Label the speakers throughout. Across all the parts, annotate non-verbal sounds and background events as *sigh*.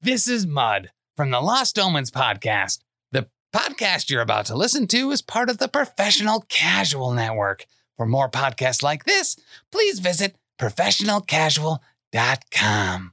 Speaker 1: This is Mud from the Lost Omens podcast. The podcast you're about to listen to is part of the Professional Casual Network. For more podcasts like this, please visit professionalcasual.com.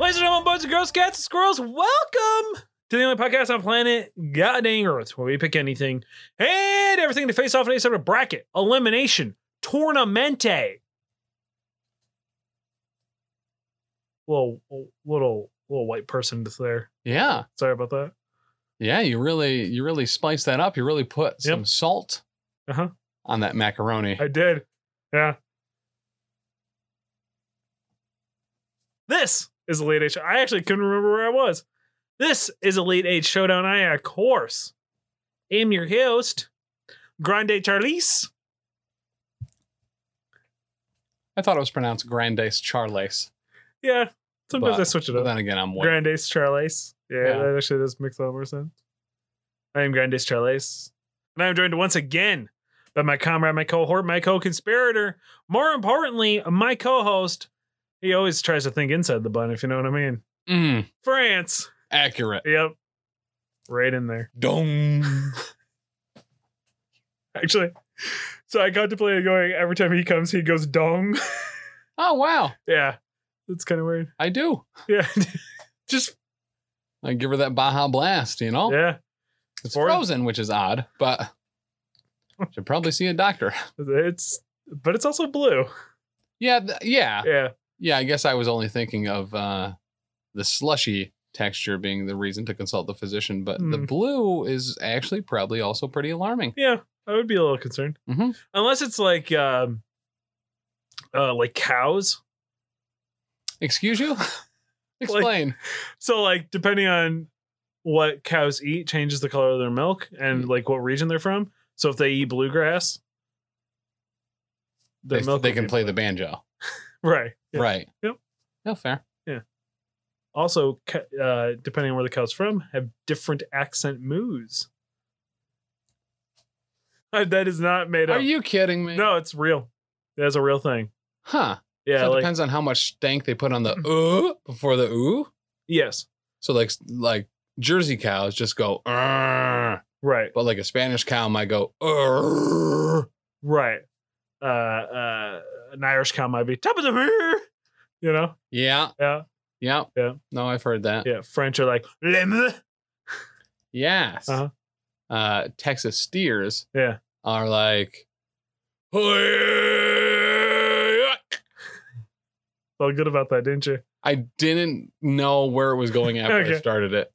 Speaker 2: Ladies and gentlemen, boys and girls, cats and squirrels, welcome to the only podcast on planet God dang Earth where we pick anything and everything to face off in a sort of bracket, elimination, tournamente. Little, little, little white person just there.
Speaker 3: Yeah,
Speaker 2: Sorry about that.
Speaker 3: yeah. You really, you really spiced that up. You really put some salt
Speaker 2: Uh-huh.
Speaker 3: on that macaroni.
Speaker 2: I did. Yeah. This is a late age. I actually couldn't remember where I was. This is a late age showdown. I, of course, am your host, Grande Charlize.
Speaker 3: I thought it was pronounced Grandes Charlace.
Speaker 2: Yeah. Sometimes
Speaker 3: But-
Speaker 2: I switch it
Speaker 3: But
Speaker 2: up.
Speaker 3: then again, I'm white.
Speaker 2: Grande's Charlace. Yeah,
Speaker 3: Yeah.
Speaker 2: that actually does make a lot more sense. I am Grande's Charlace. And I am joined once again by my comrade, my cohort, my co conspirator. More importantly, my co host. He always tries to think inside the bun, if you know what I mean.
Speaker 3: Mm,
Speaker 2: France.
Speaker 3: accurate.
Speaker 2: Yep. Right in there.
Speaker 3: Dong.
Speaker 2: Actually, so I contemplated going every time he comes, he goes dong. *laughs*
Speaker 3: oh wow,
Speaker 2: yeah. That's kind of weird.
Speaker 3: I do.
Speaker 2: Yeah. *laughs* Just,
Speaker 3: I give her that Baja Blast. You know,
Speaker 2: yeah.
Speaker 3: it's
Speaker 2: Or-
Speaker 3: frozen, which is odd, but should probably see a doctor.
Speaker 2: It's, but it's also blue.
Speaker 3: Yeah, th- yeah,
Speaker 2: Yeah.
Speaker 3: yeah. I guess I was only thinking of uh, the slushy texture being the reason to consult the physician, but the
Speaker 2: Hmm.
Speaker 3: blue is actually probably also pretty alarming.
Speaker 2: Yeah, I would be a little concerned.
Speaker 3: Mhm.
Speaker 2: Unless it's like um uh like cows.
Speaker 3: Excuse you? *laughs* Explain.
Speaker 2: So like depending on what cows eat changes the color of their milk
Speaker 3: Mm.
Speaker 2: and like what region they're from. So if they eat bluegrass, their
Speaker 3: they,
Speaker 2: milk
Speaker 3: they
Speaker 2: will
Speaker 3: can
Speaker 2: be
Speaker 3: play the banjo.
Speaker 2: blue. right. Yeah.
Speaker 3: Right.
Speaker 2: Yep.
Speaker 3: No, fair.
Speaker 2: Also, ca- uh, depending on where the cow's from, have different accent moos. Uh, that is not made
Speaker 3: Are
Speaker 2: up.
Speaker 3: you kidding me?
Speaker 2: no, it's real. That's a real thing.
Speaker 3: Huh.
Speaker 2: Yeah,
Speaker 3: so it
Speaker 2: like Mm-hmm.
Speaker 3: depends on how much stank they put on the ooh before the ooh.
Speaker 2: yes,
Speaker 3: So like like Jersey cows just go "Arr,"
Speaker 2: right.
Speaker 3: but like a Spanish cow might go "Arr."
Speaker 2: Right. Uh, uh, an Irish cow might be top of the moor. You know?
Speaker 3: Yeah.
Speaker 2: Yeah.
Speaker 3: Yeah.
Speaker 2: Yeah.
Speaker 3: No, I've heard that.
Speaker 2: Yeah. French are like, "Le mou."
Speaker 3: Yes.
Speaker 2: Uh-huh.
Speaker 3: Uh, Texas steers
Speaker 2: yeah.
Speaker 3: are like
Speaker 2: Felt good about that, didn't you?
Speaker 3: I didn't know where it was going after I
Speaker 2: Okay.
Speaker 3: started it.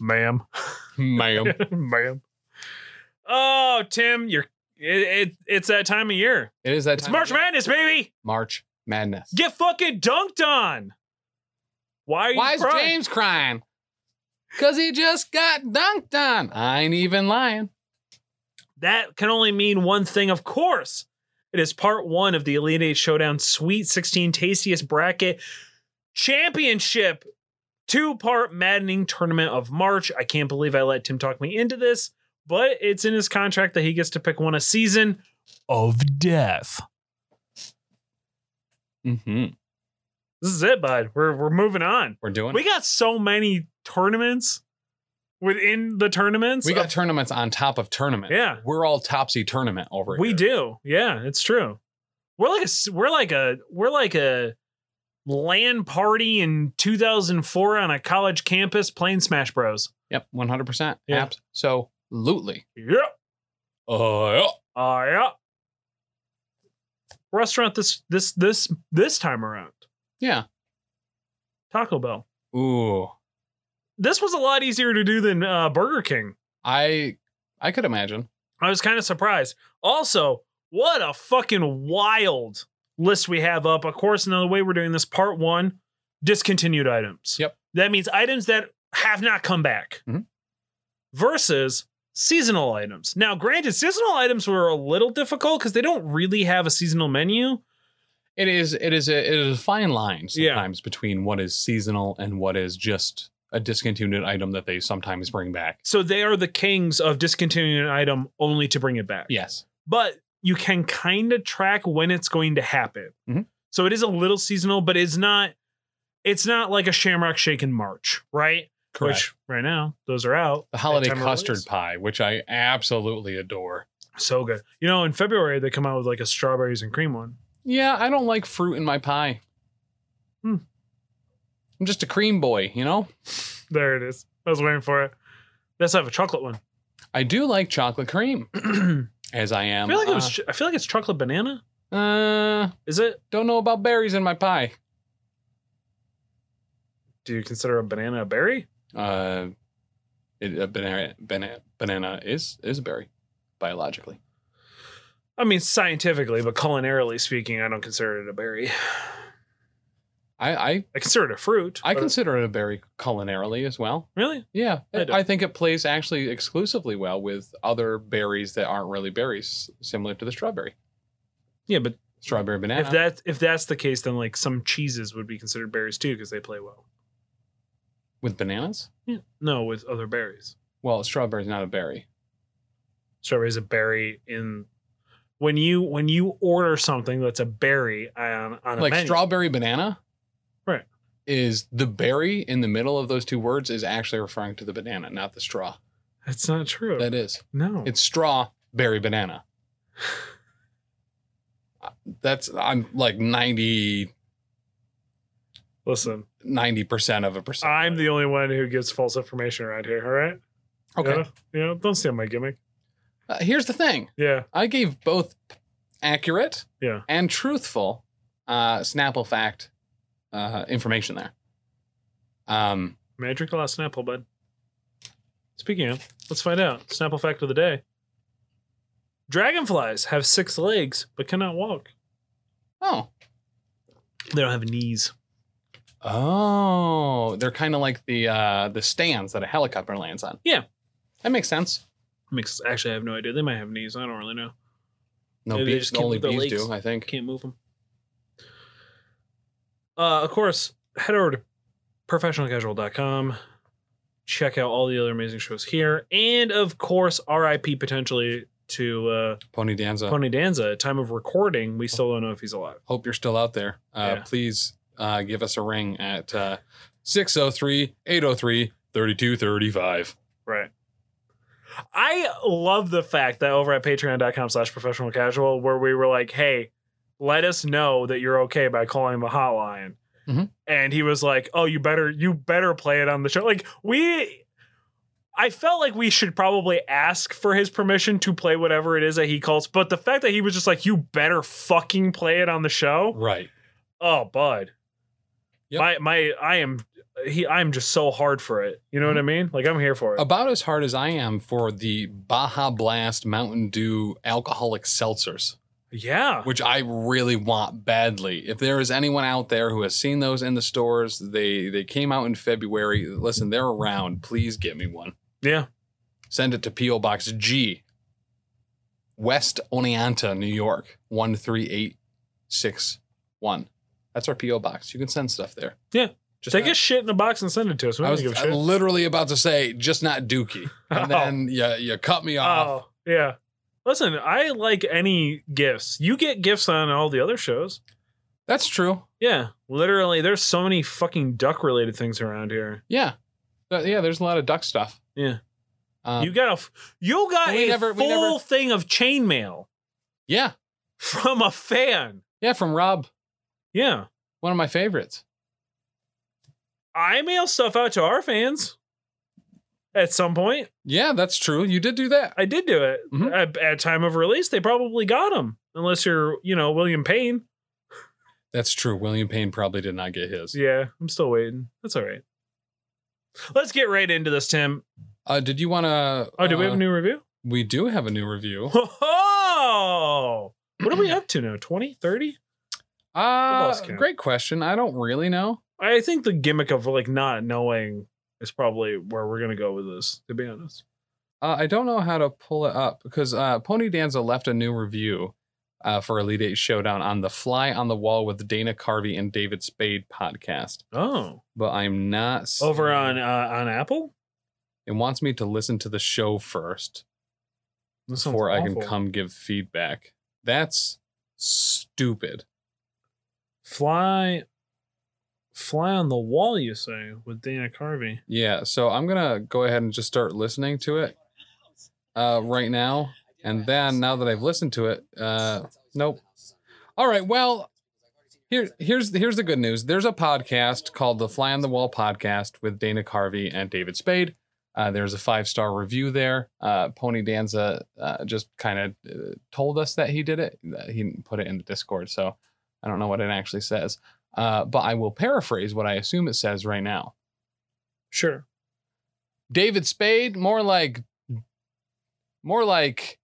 Speaker 2: Ma'am. *laughs*
Speaker 3: Ma'am.
Speaker 2: Ma'am. Oh, Tim, you're. It, it, it's that time of year.
Speaker 3: It is that
Speaker 2: It's
Speaker 3: time
Speaker 2: March
Speaker 3: again.
Speaker 2: Madness, baby.
Speaker 3: March Madness.
Speaker 2: Get fucking dunked on. Why are you
Speaker 3: Why is
Speaker 2: crying?
Speaker 3: James crying? Cause he just got dunked on. I ain't even lying.
Speaker 2: That can only mean one thing, of course. It is part one of the Elite Eight Showdown Sweet 16 Tastiest Bracket Championship two part maddening tournament of March. I can't believe I let Tim talk me into this, but it's in his contract that he gets to pick one a season of death.
Speaker 3: Mm-hmm.
Speaker 2: This is it, bud. We're, we're moving on.
Speaker 3: We're doing.
Speaker 2: We
Speaker 3: We,
Speaker 2: got so many tournaments within the tournaments.
Speaker 3: we got tournaments on top of tournament.
Speaker 2: Yeah.
Speaker 3: we're all topsy tournament over
Speaker 2: We
Speaker 3: here.
Speaker 2: do. Yeah, it's true. We're like a s- we're like a we're like a land party in 2004 on a college campus playing Smash Bros.
Speaker 3: Yep, one hundred percent.
Speaker 2: Yeah.
Speaker 3: Absolutely.
Speaker 2: Yeah.
Speaker 3: Uh,
Speaker 2: Uh, yeah. Restaurant this this this this time around.
Speaker 3: yeah.
Speaker 2: Taco Bell.
Speaker 3: Ooh,
Speaker 2: This was a lot easier to do than uh, Burger King.
Speaker 3: I I could imagine.
Speaker 2: I was kind of surprised. Also, what a fucking wild list we have up. Of course, another way we're doing this part one discontinued items.
Speaker 3: Yep.
Speaker 2: That means items that have not come back
Speaker 3: Mhm.
Speaker 2: versus seasonal items. Now, granted, seasonal items were a little difficult because they don't really have a seasonal menu.
Speaker 3: It is it is a, it is a fine line
Speaker 2: Yeah.
Speaker 3: sometimes between what is seasonal and what is just a discontinued item that they sometimes bring back.
Speaker 2: So they are the kings of discontinuing an item only to bring it back.
Speaker 3: Yes.
Speaker 2: But you can kind of track when it's going to happen.
Speaker 3: Mhm.
Speaker 2: So it is a little seasonal, but it's not it's not like a shamrock shake in March, right? Which right now, those are out.
Speaker 3: the holiday
Speaker 2: time of
Speaker 3: custard
Speaker 2: release.
Speaker 3: pie, which I absolutely adore.
Speaker 2: So good. You know, in February they come out with like a strawberries and cream one.
Speaker 3: Yeah, I don't like fruit in my pie.
Speaker 2: Hmm.
Speaker 3: I'm just a cream boy, you know?
Speaker 2: There it is. I was waiting for it. They also have a chocolate one. *clears throat*
Speaker 3: I do like chocolate cream, as I
Speaker 2: I
Speaker 3: am.
Speaker 2: feel like it
Speaker 3: Um, uh,
Speaker 2: was ch- I feel like it's chocolate banana.
Speaker 3: Uh,
Speaker 2: Is it?
Speaker 3: don't know about berries in my pie.
Speaker 2: Do you consider a banana a berry?
Speaker 3: Uh, it, a banana, banana, banana is is a berry, biologically.
Speaker 2: I mean scientifically, but culinarily speaking, I don't consider it a berry. I
Speaker 3: I I,
Speaker 2: consider it a fruit.
Speaker 3: I
Speaker 2: but-
Speaker 3: consider it a berry culinarily as well.
Speaker 2: really?
Speaker 3: Yeah,
Speaker 2: I
Speaker 3: I,
Speaker 2: do.
Speaker 3: think it plays actually exclusively well with other berries that aren't really berries, similar to the strawberry,
Speaker 2: Yeah, but
Speaker 3: strawberry banana.
Speaker 2: if that if that's the case, then like some cheeses would be considered berries too because they play well.
Speaker 3: with bananas,
Speaker 2: Yeah. No, with other berries.
Speaker 3: well, strawberry's not a berry.
Speaker 2: Strawberry is a berry in when you when you order something that's a berry on on a
Speaker 3: like
Speaker 2: menu.
Speaker 3: strawberry banana,
Speaker 2: Right.
Speaker 3: Is the berry in the middle of those two words is actually referring to the banana, not the straw.
Speaker 2: That's not true.
Speaker 3: That is.
Speaker 2: no.
Speaker 3: It's straw, berry, banana. That's I'm like 90
Speaker 2: Listen,
Speaker 3: percent of a percent.
Speaker 2: I'm the only one who gives false information around here. All right.
Speaker 3: okay.
Speaker 2: Yeah. yeah don't steal my gimmick.
Speaker 3: Uh, here's the thing:
Speaker 2: Yeah.
Speaker 3: I gave both accurate,
Speaker 2: Yeah.
Speaker 3: and truthful uh, Snapple fact uh, information there. Um,
Speaker 2: May I drink a lot of Snapple, bud? Speaking of, let's find out. Snapple fact of the day. Dragonflies have six legs but cannot walk.
Speaker 3: oh,
Speaker 2: They don't have knees.
Speaker 3: oh, they're kind of like the uh, the stands that a helicopter lands on.
Speaker 2: Yeah.
Speaker 3: that makes sense.
Speaker 2: Makes actually I have no idea. They might have knees. I don't really know.
Speaker 3: No,
Speaker 2: Maybe they
Speaker 3: bees,
Speaker 2: just can't
Speaker 3: only
Speaker 2: move their
Speaker 3: bees
Speaker 2: legs.
Speaker 3: do. I think.
Speaker 2: Can't move them. Uh, of course, head over to professionalcasual.com. Check out all the other amazing shows here, and of course, RIP potentially to uh,
Speaker 3: Pony Danza.
Speaker 2: Pony Danza. At time of recording, we still don't know if he's alive.
Speaker 3: hope you're still out there. Uh,
Speaker 2: Yeah.
Speaker 3: Please uh, give us a ring at uh, 603 803 3235.
Speaker 2: Right. I love the fact that over at patreon.com slash professional casual, where we were like, hey, let us know that you're okay by calling the hotline.
Speaker 3: Mhm.
Speaker 2: And he was like, oh, you better, you better play it on the show. Like, we, I felt like we should probably ask for his permission to play whatever it is that he calls. But the fact that he was just like, you better fucking play it on the show.
Speaker 3: Right.
Speaker 2: Oh, bud.
Speaker 3: Yep.
Speaker 2: My, my, I am, he, I'm just so hard for it. You know what I mean? Like, I'm here for it.
Speaker 3: About as hard as I am for the Baja Blast Mountain Dew alcoholic seltzers,
Speaker 2: yeah.
Speaker 3: which I really want badly. If there is anyone out there who has seen those in the stores, they, they came out in February. Listen, they're around. Please get me one.
Speaker 2: Yeah.
Speaker 3: Send it to P.O. Box G, West Oneonta, New York, 13861. That's our P.O. Box. You can send stuff there.
Speaker 2: Yeah.
Speaker 3: Just
Speaker 2: Take
Speaker 3: not-
Speaker 2: a shit in a box and send it to us. We
Speaker 3: I
Speaker 2: don't
Speaker 3: was
Speaker 2: give a
Speaker 3: I
Speaker 2: shit.
Speaker 3: literally about to say, just not Dookie. And
Speaker 2: *laughs* Oh.
Speaker 3: then you, you cut me off.
Speaker 2: oh, yeah. Listen, I like any gifts. You get gifts on all the other shows.
Speaker 3: That's true.
Speaker 2: Yeah. Literally, there's so many fucking duck related things around here.
Speaker 3: Yeah. But yeah, there's a lot of duck stuff.
Speaker 2: Yeah.
Speaker 3: Um,
Speaker 2: you got a f- you got
Speaker 3: we
Speaker 2: a
Speaker 3: never- we
Speaker 2: full
Speaker 3: never-
Speaker 2: thing of chainmail
Speaker 3: yeah.
Speaker 2: from a fan.
Speaker 3: Yeah. From Rob,
Speaker 2: Yeah.
Speaker 3: one of my favorites.
Speaker 2: I mail stuff out to our fans at some point.
Speaker 3: Yeah, that's true. You did do that.
Speaker 2: I did do it.
Speaker 3: Mhm.
Speaker 2: At, at time of release, they probably got them. Unless you're, you know, William Payne.
Speaker 3: That's true. William Payne probably did not get his.
Speaker 2: Yeah, I'm still waiting. That's all right. Let's get right into this, Tim.
Speaker 3: Uh, did you want to?
Speaker 2: Oh, do we have a new review? *laughs*
Speaker 3: We do have a new review.
Speaker 2: Oh, what are we up to now? 20, 30?
Speaker 3: Uh,
Speaker 2: lost count.
Speaker 3: great question. I don't really know.
Speaker 2: I think the gimmick of like not knowing is probably where we're gonna go with this. To be honest,
Speaker 3: Uh, I don't know how to pull it up because uh, Pony Danza left a new review. uh, for Elite Eight Showdown on the Fly on the Wall with Dana Carvey and David Spade podcast.
Speaker 2: Oh,
Speaker 3: But I'm not seeing-
Speaker 2: over on uh, on Apple.
Speaker 3: It wants me to listen to the show first
Speaker 2: This sounds
Speaker 3: before I can
Speaker 2: awful.
Speaker 3: come give feedback. That's stupid.
Speaker 2: Fly, fly on the wall. You say with Dana Carvey.
Speaker 3: Yeah, so I'm gonna go ahead and just start listening to it uh, right now, and then now that I've listened to it, uh, nope. All right, well, here here's here's the good news. There's a podcast called the Fly on the Wall podcast with Dana Carvey and David Spade. Uh, there's a five star review there. Uh, Pony Danza uh, just kind of uh, told us that he did it. That He didn't put it in the Discord, so I don't know what it actually says. Uh, but I will paraphrase what I assume it says right now.
Speaker 2: Sure.
Speaker 3: David Spade, more like more like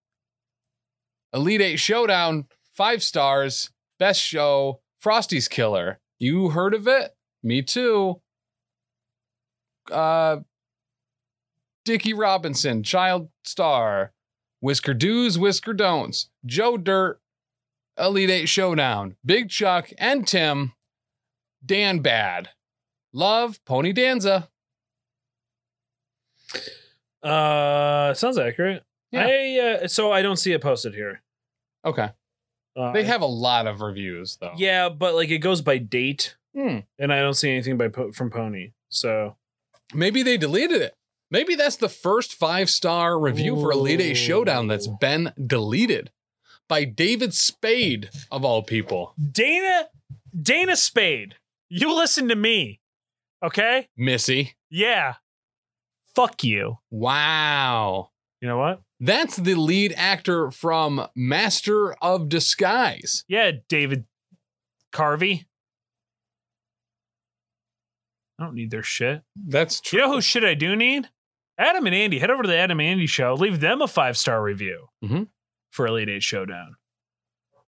Speaker 3: Elite Eight Showdown, five stars, best show, Frosty's Killer. You heard of it? Me too. Uh Dickie Robinson, Child Star, Whisker Do's, Whisker Don'ts, Joe Dirt, Elite Eight Showdown, Big Chuck, and Tim, Dan Bad. Love, Pony Danza.
Speaker 2: Uh, sounds accurate.
Speaker 3: Yeah.
Speaker 2: I uh, so I don't see it posted here.
Speaker 3: Okay.
Speaker 2: Uh,
Speaker 3: They have a lot of reviews though.
Speaker 2: Yeah, but like it goes by date,
Speaker 3: Hmm.
Speaker 2: and I don't see anything by po- from Pony. So
Speaker 3: Maybe they deleted it. Maybe that's the first five star review for Elite Eight Showdown that's
Speaker 2: Ooh.
Speaker 3: been deleted by David Spade of all people,
Speaker 2: Dana, Dana Spade, you listen to me, okay?
Speaker 3: Missy.
Speaker 2: Yeah. Fuck you.
Speaker 3: Wow.
Speaker 2: You know what?
Speaker 3: That's the lead actor from Master of Disguise.
Speaker 2: Yeah, David Carvey. I don't need their shit.
Speaker 3: That's
Speaker 2: You know who shit I do need? Adam and Andy. Head over to the Adam and Andy show. Leave them a five star review
Speaker 3: Mhm.
Speaker 2: for Elite Eight Showdown.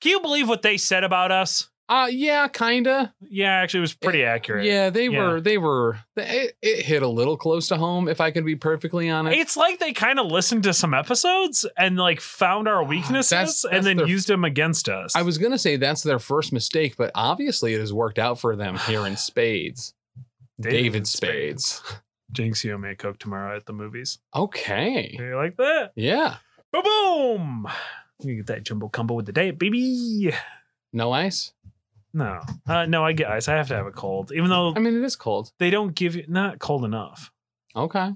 Speaker 2: Can you believe what they said about us?
Speaker 3: Uh yeah, kinda.
Speaker 2: Yeah, actually, it was pretty accurate.
Speaker 3: Yeah, they
Speaker 2: Yeah.
Speaker 3: were they were it, it hit a little close to home if I can be perfectly honest.
Speaker 2: It's like they kind of listened to some episodes and like found our weaknesses
Speaker 3: Ah, That's- that's
Speaker 2: and then
Speaker 3: their-
Speaker 2: used them against us.
Speaker 3: I was gonna say that's their first mistake, but obviously it has worked out for them
Speaker 2: *sighs*
Speaker 3: here in spades. David, Spades.
Speaker 2: Jinx you may cook tomorrow at the movies.
Speaker 3: Okay.
Speaker 2: You like that?
Speaker 3: Yeah.
Speaker 2: Boom boom. You get that jumbo combo with the diet, baby.
Speaker 3: No ice.
Speaker 2: No. Uh no, I get ice. I have to have a cold. Even though
Speaker 3: I mean, it is cold.
Speaker 2: they don't give you not cold enough.
Speaker 3: Okay.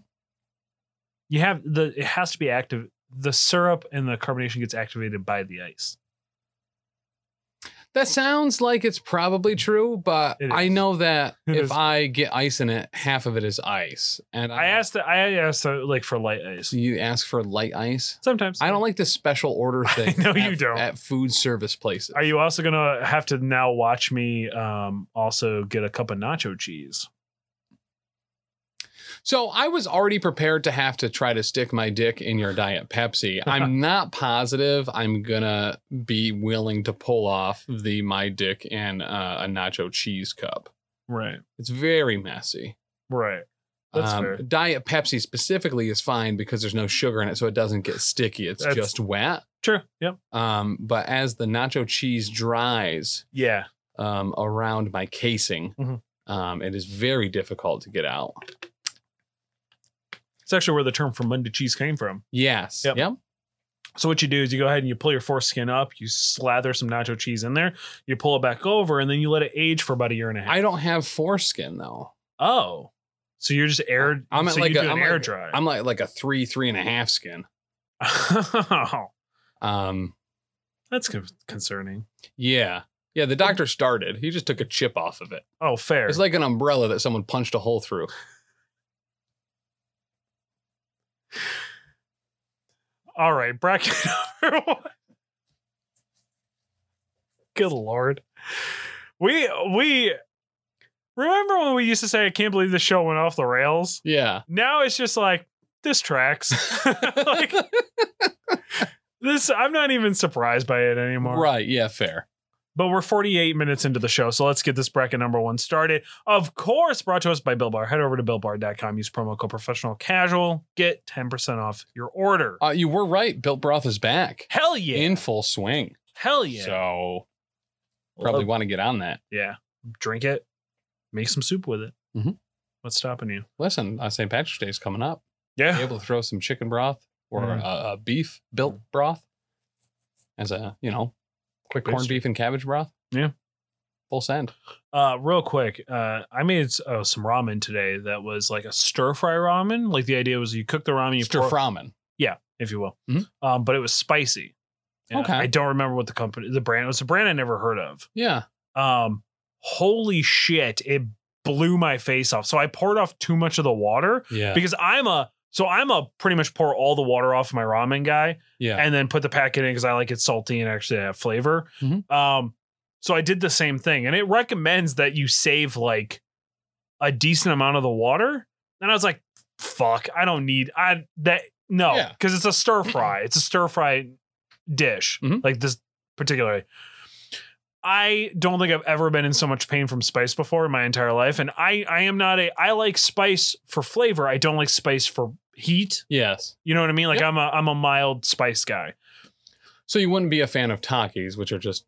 Speaker 2: You have the it has to be active. The syrup and the carbonation gets activated by the ice.
Speaker 3: That sounds like it's probably true, but
Speaker 2: It
Speaker 3: I
Speaker 2: is.
Speaker 3: know that
Speaker 2: *laughs* It
Speaker 3: if
Speaker 2: is.
Speaker 3: I get ice in it, half of it is ice. And
Speaker 2: I asked the, I asked uh, like for light ice.
Speaker 3: So you ask for light ice.
Speaker 2: Sometimes
Speaker 3: I don't like this special
Speaker 2: *laughs*
Speaker 3: order thing.
Speaker 2: know you
Speaker 3: at-
Speaker 2: don't.
Speaker 3: At food service places.
Speaker 2: Are you also gonna have to now watch me um, also get a cup of nacho cheese?
Speaker 3: So I was already prepared to have to try to stick my dick in your diet Pepsi.
Speaker 2: *laughs*
Speaker 3: I'm not positive I'm gonna be willing to pull off the my dick and uh, a nacho cheese cup.
Speaker 2: Right,
Speaker 3: It's very messy.
Speaker 2: right. That's
Speaker 3: Um,
Speaker 2: fair.
Speaker 3: Diet Pepsi specifically is fine because there's no sugar in it, so it doesn't get sticky. It's
Speaker 2: That's-
Speaker 3: just wet.
Speaker 2: Sure. Yep.
Speaker 3: Um, but as the nacho cheese dries
Speaker 2: Yeah.
Speaker 3: um, around my casing,
Speaker 2: Mhm.
Speaker 3: um, it is very difficult to get out.
Speaker 2: It's actually where the term for Monday cheese came from.
Speaker 3: Yes.
Speaker 2: Yep.
Speaker 3: yep.
Speaker 2: So what you do is you go ahead and you pull your foreskin up, you slather some nacho cheese in there, you pull it back over, and then you let it age for about a year and a half.
Speaker 3: I don't have foreskin though.
Speaker 2: oh. So you're just air.
Speaker 3: I'm at
Speaker 2: so
Speaker 3: like
Speaker 2: you
Speaker 3: a-
Speaker 2: do an
Speaker 3: I'm
Speaker 2: air
Speaker 3: like-
Speaker 2: dry. *laughs*
Speaker 3: I'm like like a three, three and a half skin.
Speaker 2: Oh,
Speaker 3: Um,
Speaker 2: That's con- concerning.
Speaker 3: yeah, yeah. The doctor started. He just took a chip off of it.
Speaker 2: Oh, fair.
Speaker 3: It's like an umbrella that someone punched a hole through.
Speaker 2: All right, bracket *laughs* number one. Good lord. We we remember when we used to say I can't believe the show went off the rails?
Speaker 3: Yeah.
Speaker 2: Now it's just like this tracks. *laughs* like this I'm not even surprised by it anymore.
Speaker 3: Right. Yeah. Fair.
Speaker 2: But we're 48 minutes into the show, so let's get this bracket number one started. Of course, brought to us by Bill Bar. Head over to BillBar.com, use promo code professional casual, get 10% off your order.
Speaker 3: Uh, you were right. Built broth is back
Speaker 2: Hell yeah.
Speaker 3: in full swing.
Speaker 2: Hell yeah.
Speaker 3: So probably
Speaker 2: Love-
Speaker 3: want to get on that.
Speaker 2: oh, yeah. Drink it. Make some soup with it.
Speaker 3: Mhm.
Speaker 2: What's stopping you?
Speaker 3: Listen, uh, St. Patrick's Day is
Speaker 2: *sighs*
Speaker 3: coming up.
Speaker 2: Yeah.
Speaker 3: Be able to throw some chicken broth or
Speaker 2: Mm.
Speaker 3: a, a beef built broth as a you know quick corned
Speaker 2: Based.
Speaker 3: beef and cabbage broth.
Speaker 2: Yeah.
Speaker 3: full send.
Speaker 2: Uh, real quick, uh, I made uh, some ramen today that was like a stir fry ramen. Like the idea was you cook the ramen, you
Speaker 3: Stir
Speaker 2: pour-
Speaker 3: ramen.
Speaker 2: if you will.
Speaker 3: Mhm.
Speaker 2: Um, but it was spicy. And
Speaker 3: Okay.
Speaker 2: I don't remember what the company, the brand it was. A brand I never heard of.
Speaker 3: Yeah.
Speaker 2: Um, holy shit! It blew my face off. So I poured off too much of the water
Speaker 3: Yeah.
Speaker 2: because I'm a so I'm a pretty much pour all the water off my ramen guy
Speaker 3: yeah.
Speaker 2: and then put the packet in because I like it salty and actually have flavor.
Speaker 3: Mhm.
Speaker 2: Um, so I did the same thing, and it recommends that you save like a decent amount of the water. And I was like, "Fuck, I don't need I that no
Speaker 3: Yeah.
Speaker 2: because it's a stir fry. It's a stir fry dish
Speaker 3: Mhm.
Speaker 2: like this particularly." I don't think I've ever been in so much pain from spice before in my entire life, and I I am not a I like spice for flavor. I don't like spice for heat.
Speaker 3: yes.
Speaker 2: You know what I mean? Like
Speaker 3: Yep.
Speaker 2: I'm a I'm a mild spice guy.
Speaker 3: So you wouldn't be a fan of Takis, which are just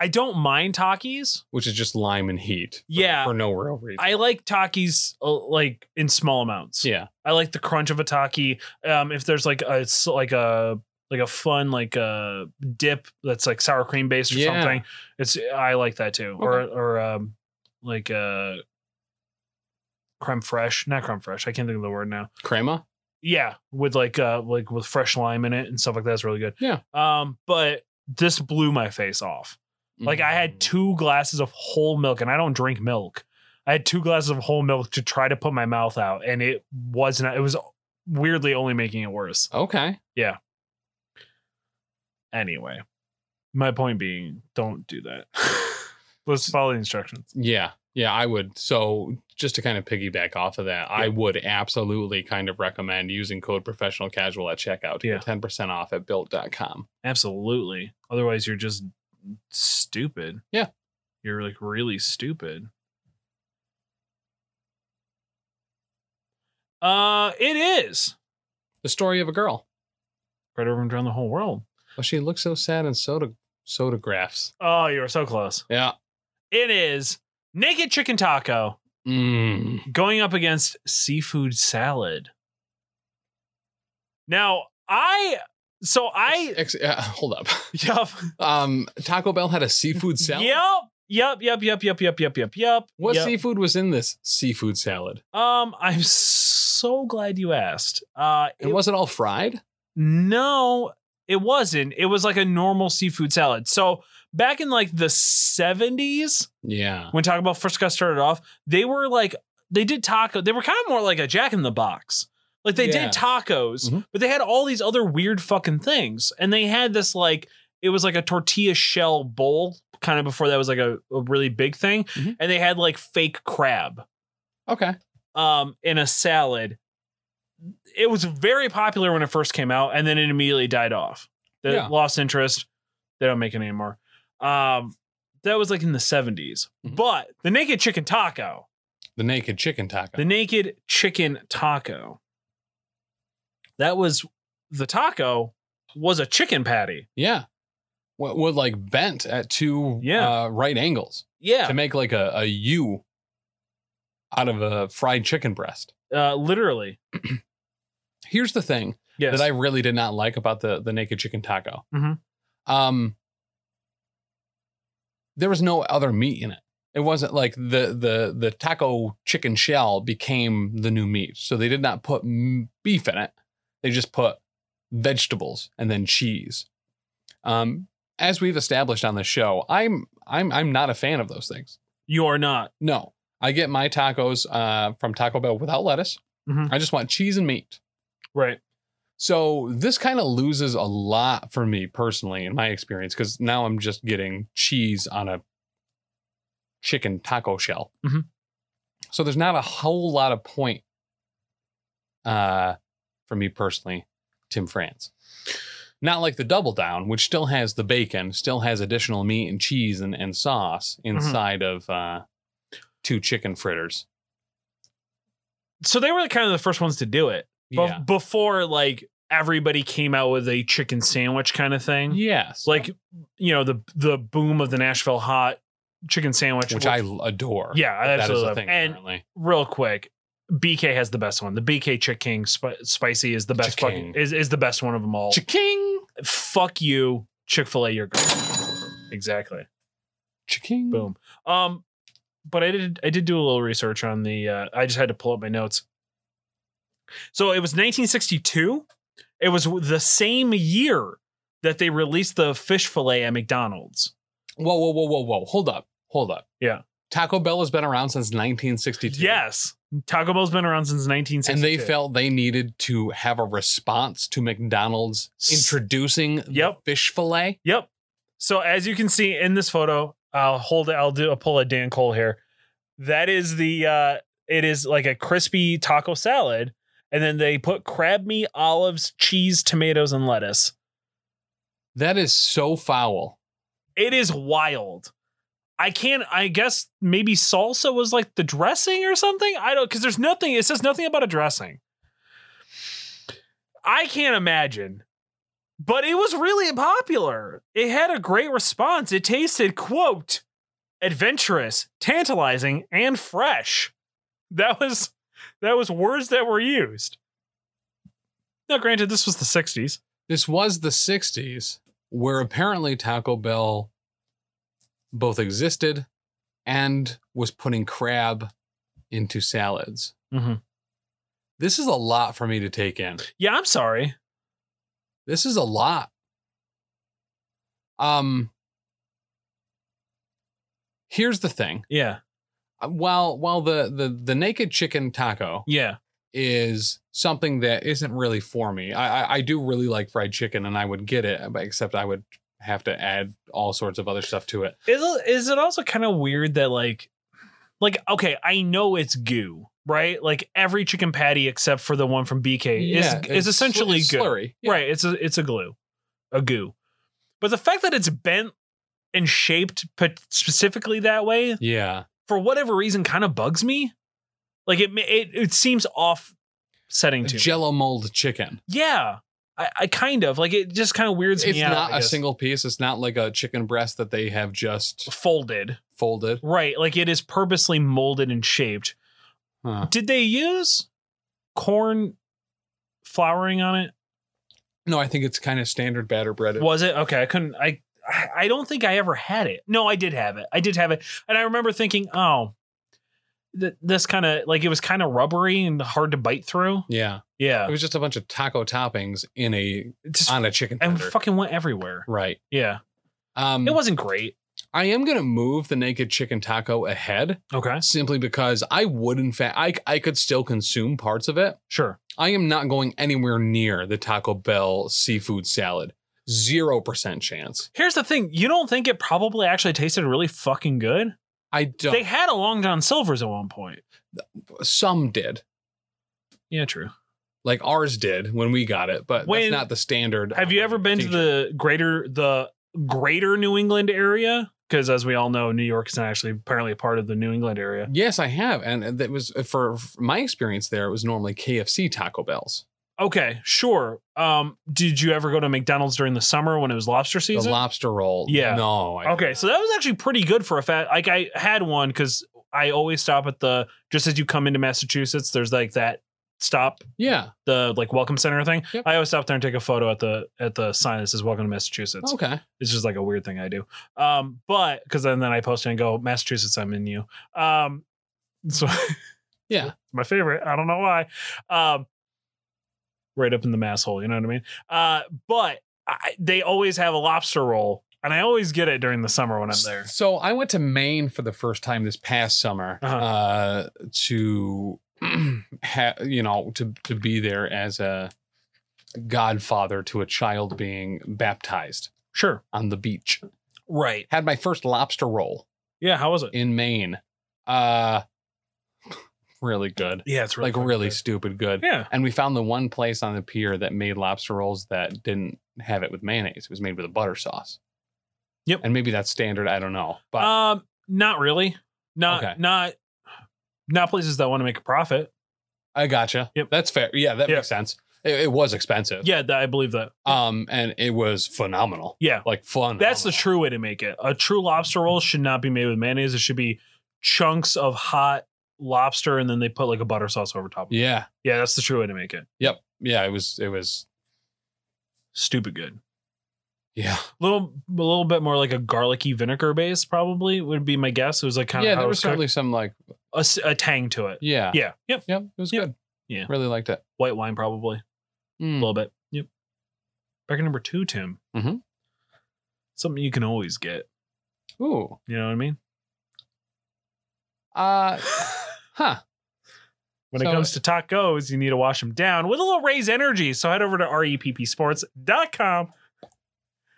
Speaker 2: I don't mind Takis.
Speaker 3: which is just lime and heat. for-
Speaker 2: Yeah.
Speaker 3: For no real reason.
Speaker 2: I like Takis uh, like in small amounts.
Speaker 3: yeah.
Speaker 2: I like the crunch of a Taki. Um, if there's like a s- like a like a fun like a dip that's like sour cream based or
Speaker 3: Yeah.
Speaker 2: something, it's I like that too. Or or um like uh creme fraiche, not creme fraiche. I can't think of the word now.
Speaker 3: Crema?
Speaker 2: yeah with like uh like with fresh lime in it and stuff like that's really good
Speaker 3: Yeah.
Speaker 2: um but this blew my face off like i had
Speaker 3: Mm.
Speaker 2: two glasses of whole milk and i don't drink milk i had two glasses of whole milk to try to put my mouth out and it wasn't it was weirdly only making it worse
Speaker 3: Okay.
Speaker 2: anyway my point being don't do that *laughs* let's follow the instructions
Speaker 3: Yeah. Yeah, I would. So just to kind of piggyback off of that, I would absolutely kind of recommend using code professional casual at checkout to
Speaker 2: Yeah.
Speaker 3: get 10% off at built.com.
Speaker 2: absolutely otherwise you're just stupid
Speaker 3: Yeah.
Speaker 2: you're like really stupid uh it is
Speaker 3: The story of a girl.
Speaker 2: right over and around the whole world
Speaker 3: Well, she looks so sad in soda sodagraphs.
Speaker 2: oh you were so close
Speaker 3: Yeah.
Speaker 2: it is naked chicken taco
Speaker 3: Mm.
Speaker 2: going up against seafood salad now i so i
Speaker 3: Ex- uh, hold up. *laughs*
Speaker 2: yup
Speaker 3: Um, Taco Bell had a
Speaker 2: *laughs*
Speaker 3: seafood salad.
Speaker 2: yep yep yep yep yep yep yep yep yep
Speaker 3: What
Speaker 2: yep.
Speaker 3: seafood was in this seafood salad?
Speaker 2: Um, I'm so glad you asked. Uh,
Speaker 3: And
Speaker 2: it,
Speaker 3: was it all fried?
Speaker 2: no, it wasn't. It was like a normal seafood salad. So back in like the 70s,
Speaker 3: Yeah.
Speaker 2: when Taco Bell first got started off, they were like they did taco. They were kind of more like a Jack in the Box. Like they
Speaker 3: Yeah.
Speaker 2: did tacos,
Speaker 3: Mhm.
Speaker 2: but they had all these other weird fucking things, and they had this like it was like a tortilla shell bowl kind of before that was like a, a really big thing,
Speaker 3: Mhm.
Speaker 2: and they had like fake crab
Speaker 3: Okay.
Speaker 2: um, in a salad. It was very popular when it first came out, and then it immediately died off. They
Speaker 3: Yeah.
Speaker 2: lost interest. They don't make it anymore. Um, that was like in the 70s.
Speaker 3: Mhm.
Speaker 2: But the naked chicken taco,
Speaker 3: The naked chicken taco.
Speaker 2: the naked chicken taco, that was the taco was a chicken patty.
Speaker 3: Yeah. What would like bent at two
Speaker 2: Yeah.
Speaker 3: uh, right angles
Speaker 2: Yeah.
Speaker 3: to make like a, a U out of a fried chicken breast.
Speaker 2: Uh, literally.
Speaker 3: Here's the thing
Speaker 2: Yes.
Speaker 3: that I really did not like about the the naked chicken taco.
Speaker 2: Mhm.
Speaker 3: Um, there was no other meat in it. It wasn't like the the the taco chicken shell became the new meat. So they did not put m- beef in it. They just put vegetables and then cheese. Um, as we've established on the show, I'm I'm I'm not a fan of those things.
Speaker 2: you are not.
Speaker 3: No, I get my tacos uh, from Taco Bell without lettuce.
Speaker 2: Mhm.
Speaker 3: I just want cheese and meat.
Speaker 2: Right.
Speaker 3: So this kind of loses a lot for me personally in my experience because now I'm just getting cheese on a chicken taco shell.
Speaker 2: Mhm.
Speaker 3: So there's not a whole lot of point uh, for me personally, Tim France. Not like the double down, which still has the bacon, still has additional meat and cheese and, and sauce
Speaker 2: Mm-hmm.
Speaker 3: inside of uh, two chicken fritters.
Speaker 2: So they were kind of the first ones to do it. Bef-
Speaker 3: yeah.
Speaker 2: before like everybody came out with a chicken sandwich kind of thing.
Speaker 3: Yes.
Speaker 2: Like, you know, the the boom of the Nashville hot chicken sandwich,
Speaker 3: which I adore.
Speaker 2: yeah, I
Speaker 3: That is
Speaker 2: absolutely
Speaker 3: the
Speaker 2: love.
Speaker 3: thing.
Speaker 2: And
Speaker 3: apparently.
Speaker 2: real quick, BK has the best one. The BK Chick King spi- spicy is the best
Speaker 3: Chick-King.
Speaker 2: fucking is is the best one of them all.
Speaker 3: Cha-king.
Speaker 2: Fuck you, Chick Fil A. You're good. Exactly.
Speaker 3: Cha-king.
Speaker 2: Boom. Um, but I did I did do a little research on the. Uh, I just had to pull up my notes. So it was 1962. It was the same year that they released the fish fillet at McDonald's.
Speaker 3: Whoa, whoa, whoa, whoa, whoa. Hold up. Hold up.
Speaker 2: Yeah.
Speaker 3: Taco Bell has been around since 1962.
Speaker 2: Yes, Taco Bell's been around since 1962.
Speaker 3: And they felt they needed to have a response to McDonald's introducing
Speaker 2: Yep.
Speaker 3: the fish fillet.
Speaker 2: Yep. So as you can see in this photo, I'll hold it. I'll do a pull at Dan Cole here. That is the. uh It is like a crispy taco salad, and then they put crab meat, olives, cheese, tomatoes, and lettuce.
Speaker 3: That is so foul.
Speaker 2: It is wild. I can't. I guess maybe salsa was like the dressing or something. I don't because there's nothing. It says nothing about a dressing. I can't imagine. But it was really popular. It had a great response. It tasted, quote, adventurous, tantalizing, and fresh. That was that was words that were used. Now, granted, this was the 60s.
Speaker 3: This was the 60s where apparently Taco Bell both existed and was putting crab into salads.
Speaker 2: Mhm.
Speaker 3: This is a lot for me to take in.
Speaker 2: Yeah, I'm sorry.
Speaker 3: This is a lot. Um Here's the thing.
Speaker 2: Yeah.
Speaker 3: Uh, While while the the the naked chicken taco
Speaker 2: Yeah.
Speaker 3: is something that isn't really for me. I I, I do really like fried chicken and I would get it, uh, but except I would have to add all sorts of other stuff to it.
Speaker 2: is is it also kind of weird that like like okay i know it's goo right like every chicken patty except for the one from bk
Speaker 3: Yeah,
Speaker 2: is is
Speaker 3: it's
Speaker 2: essentially
Speaker 3: sl-
Speaker 2: goo
Speaker 3: slurry. Yeah.
Speaker 2: right it's a it's a glue a goo but the fact that it's bent and shaped put specifically that way
Speaker 3: Yeah.
Speaker 2: for whatever reason kind of bugs me like it ma- it, it seems off setting to me.
Speaker 3: Jello mold chicken.
Speaker 2: yeah I, I kind of like it just kind of weirds
Speaker 3: It's,
Speaker 2: me out
Speaker 3: not
Speaker 2: I
Speaker 3: a
Speaker 2: guess.
Speaker 3: single piece. It's not like a chicken breast that they have just
Speaker 2: folded
Speaker 3: folded.
Speaker 2: right like it is purposely molded and shaped
Speaker 3: Huh.
Speaker 2: Did they use corn flouring on it?
Speaker 3: No, I think it's kind of standard batter breaded.
Speaker 2: Was it okay? I couldn't. I I don't think I ever had it. No, I did have it. I did have it, and I remember thinking, oh, th- this kind of like it was kind of rubbery and hard to bite through.
Speaker 3: Yeah, it
Speaker 2: Yeah,
Speaker 3: was just a bunch of taco toppings in a
Speaker 2: It just
Speaker 3: on a chicken
Speaker 2: and
Speaker 3: tender.
Speaker 2: fucking went everywhere.
Speaker 3: right.
Speaker 2: Yeah,
Speaker 3: Um,
Speaker 2: it wasn't great.
Speaker 3: I am gonna move the naked chicken taco ahead
Speaker 2: Okay,
Speaker 3: simply because I would, in fact, I I could still consume parts of it.
Speaker 2: sure.
Speaker 3: I am not going anywhere near the Taco Bell seafood salad. Zero percent chance.
Speaker 2: Here's the thing: you don't think it probably actually tasted really fucking good?
Speaker 3: I don't.
Speaker 2: They had a Long John Silver's at one point.
Speaker 3: Some did,
Speaker 2: Yeah, true.
Speaker 3: like ours did when we got it, but
Speaker 2: When-
Speaker 3: that's not the standard.
Speaker 2: Have you ever been to the greater the greater New England area? Because as we all know, New York is not actually apparently a part of the New England area.
Speaker 3: Yes, I have, and that was for, for my experience. There it was normally KFC Taco Bells.
Speaker 2: Okay, sure. Um, did you ever go to McDonald's during the summer when it was lobster
Speaker 3: The
Speaker 2: season?
Speaker 3: lobster roll.
Speaker 2: Yeah.
Speaker 3: No. I,
Speaker 2: okay, so that was actually pretty good for a fat. Like I had one because I always stop at the just as you come into Massachusetts, there's like that stop
Speaker 3: Yeah.
Speaker 2: the like welcome center thing.
Speaker 3: Yep.
Speaker 2: I always stop there and take a photo at the at the sign that says welcome to Massachusetts.
Speaker 3: Okay.
Speaker 2: it's just like a weird thing I do. Um, but because then, then I post it and go, Massachusetts, I'm in you. Um, so *laughs*
Speaker 3: Yeah.
Speaker 2: my favorite. I don't know why. Um, right up in the mass hole. You know what I mean? Uh, but I, they always have a lobster roll, and I always get it during the summer when I'm there.
Speaker 3: So I went to Maine for the first time this past summer
Speaker 2: Uh-huh.
Speaker 3: uh, to, *clears throat* ha- you know, to to be there as a godfather to a child being baptized
Speaker 2: Sure.
Speaker 3: on the beach.
Speaker 2: Right.
Speaker 3: Had my first lobster roll
Speaker 2: Yeah. How was it?
Speaker 3: in Maine. Uh, *laughs* really good,
Speaker 2: yeah, it's
Speaker 3: like really
Speaker 2: good.
Speaker 3: stupid good.
Speaker 2: Yeah.
Speaker 3: And we found the one place on the pier that made lobster rolls that didn't have it with mayonnaise. It was made with a butter sauce.
Speaker 2: Yep.
Speaker 3: And maybe that's standard. I don't know, but.
Speaker 2: um, not really. Not
Speaker 3: Okay.
Speaker 2: not not places that want to make a profit.
Speaker 3: I gotcha.
Speaker 2: Yep.
Speaker 3: That's fair. Yeah, that
Speaker 2: Yeah.
Speaker 3: makes sense. It, it was expensive.
Speaker 2: Yeah, that, I believe that.
Speaker 3: Um, and it was phenomenal.
Speaker 2: Yeah.
Speaker 3: Like fun.
Speaker 2: That's the true way to make it. A true lobster roll should not be made with mayonnaise. It should be chunks of hot lobster and then they put like a butter sauce over top of it.
Speaker 3: Yeah.
Speaker 2: Yeah, that's the true way to make it.
Speaker 3: Yep. Yeah. It was. It was.
Speaker 2: Stupid good.
Speaker 3: Yeah.
Speaker 2: Little a little bit more like a garlicky vinegar base probably would be my guess. It was like kind
Speaker 3: yeah.
Speaker 2: of how
Speaker 3: There
Speaker 2: it
Speaker 3: was
Speaker 2: was cooked.
Speaker 3: certainly some like.
Speaker 2: a, s- a tang to it.
Speaker 3: Yeah.
Speaker 2: Yeah. Yep.
Speaker 3: Yep. It was
Speaker 2: Yep.
Speaker 3: good.
Speaker 2: Yeah.
Speaker 3: Really liked it.
Speaker 2: White wine probably. a
Speaker 3: Mm.
Speaker 2: little bit. Yep. Back at number two, Tim.
Speaker 3: Mhm.
Speaker 2: Something you can always get.
Speaker 3: Ooh.
Speaker 2: You know what I mean? *laughs*
Speaker 3: Uh. Huh.
Speaker 2: When
Speaker 3: So-
Speaker 2: it comes to tacos, you need to wash them down with a little raise energy. So head over to E reppsports.com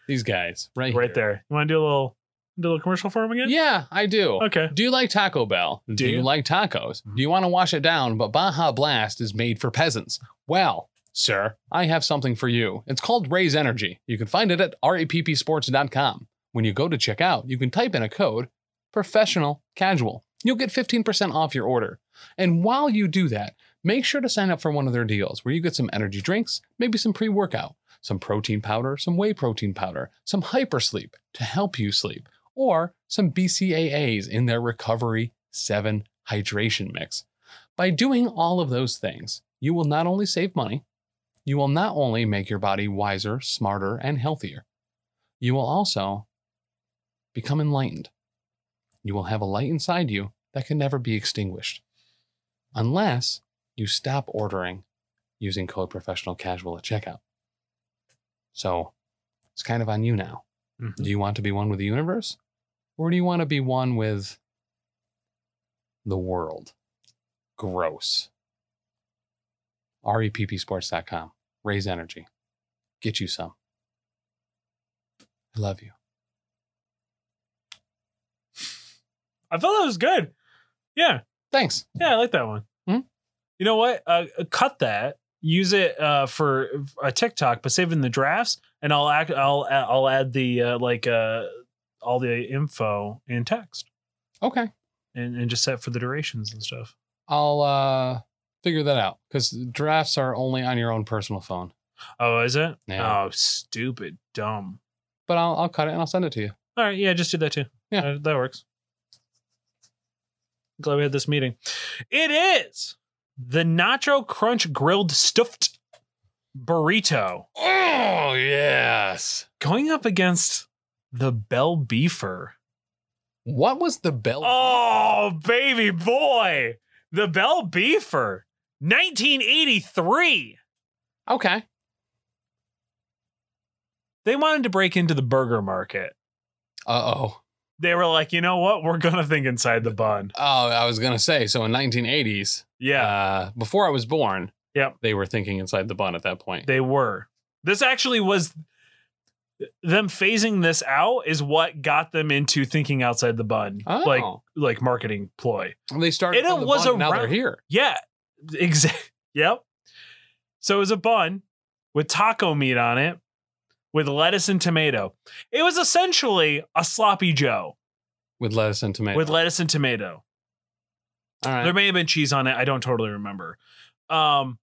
Speaker 3: These guys. Right.
Speaker 2: right
Speaker 3: here.
Speaker 2: there. You want to do a little do a little commercial for them again?
Speaker 3: Yeah, I do.
Speaker 2: Okay.
Speaker 3: Do you like Taco Bell? Do, you? Mm-hmm.
Speaker 2: you?
Speaker 3: like tacos? Do you want to wash it down? But Baja Blast is made for peasants. Well, sir, I have something for you. It's called Raise Energy. You can find it at reppsports.com. When you go to check out, you can type in a code professional casual. You'll get 15% off your order. And while you do that, make sure to sign up for one of their deals where you get some energy drinks, maybe some pre workout, some protein powder, some whey protein powder, some hypersleep to help you sleep or some BCAAs in their Recovery 7 hydration mix. By doing all of those things, you will not only save money, you will not only make your body wiser, smarter, and healthier, you will also become enlightened. You will have a light inside you that can never be extinguished. Unless you stop ordering using code professional casual at checkout. So it's kind of on you now. Do you want to be one with the universe? Or do you want to be one with the world? Gross. E REPPsports.com. Raise energy. Get you some. I love you.
Speaker 2: I felt that was good. Yeah.
Speaker 3: Thanks.
Speaker 2: Yeah, I like that one.
Speaker 3: Mhm.
Speaker 2: You know what? Uh, cut that. Use it uh, for a TikTok, but save it in the drafts, and I'll act. I'll I'll add the uh, like uh, all the info in text,
Speaker 3: Okay.
Speaker 2: and, and just set for the durations and stuff.
Speaker 3: I'll uh figure that out because drafts are only on your own personal phone.
Speaker 2: Oh, is it?
Speaker 3: Yeah.
Speaker 2: Oh, stupid, dumb.
Speaker 3: But I'll I'll cut it and I'll send it to you.
Speaker 2: All right, yeah, just do that too.
Speaker 3: Yeah.
Speaker 2: Uh, that works. Glad we had this meeting. It is the Nacho Crunch Grilled Stuffed Burrito.
Speaker 3: Oh yes.
Speaker 2: going up against the Bell Beefer.
Speaker 3: What was the bell?
Speaker 2: Oh, baby boy. The Bell Beefer, 1983. Oh.
Speaker 3: Okay.
Speaker 2: They wanted to break into the burger market.
Speaker 3: Uh oh.
Speaker 2: They were like, you know what? We're going to think inside the bun.
Speaker 3: Oh, I was gonna say. So in 1980s,
Speaker 2: Yeah,
Speaker 3: uh, before I was born,
Speaker 2: Yep.
Speaker 3: they were thinking inside the bun at that point.
Speaker 2: they were. This actually was them phasing this out is what got them into thinking outside the bun,
Speaker 3: oh,
Speaker 2: like like marketing ploy.
Speaker 3: they started.
Speaker 2: and it
Speaker 3: from the
Speaker 2: was
Speaker 3: bun, now they're
Speaker 2: around-
Speaker 3: here.
Speaker 2: Yeah, exactly. *laughs* Yep. So it was a bun with taco meat on it, with lettuce and tomato. It was essentially a sloppy Joe
Speaker 3: with lettuce and tomato.
Speaker 2: with lettuce and tomato.
Speaker 3: All right.
Speaker 2: There may have been cheese on it. I don't totally remember. Um,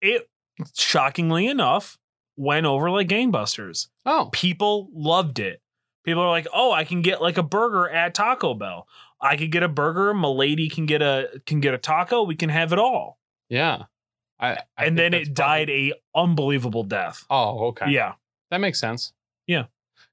Speaker 2: it shockingly enough went over like gangbusters.
Speaker 3: oh,
Speaker 2: People loved it. People are like, oh, I can get like a burger at Taco Bell. I could get a burger. Milady can get a can get a taco. We can have it all.
Speaker 3: yeah. I, I think
Speaker 2: and then
Speaker 3: that's
Speaker 2: it
Speaker 3: probably-
Speaker 2: died a unbelievable death.
Speaker 3: Oh, okay.
Speaker 2: Yeah,
Speaker 3: that makes sense.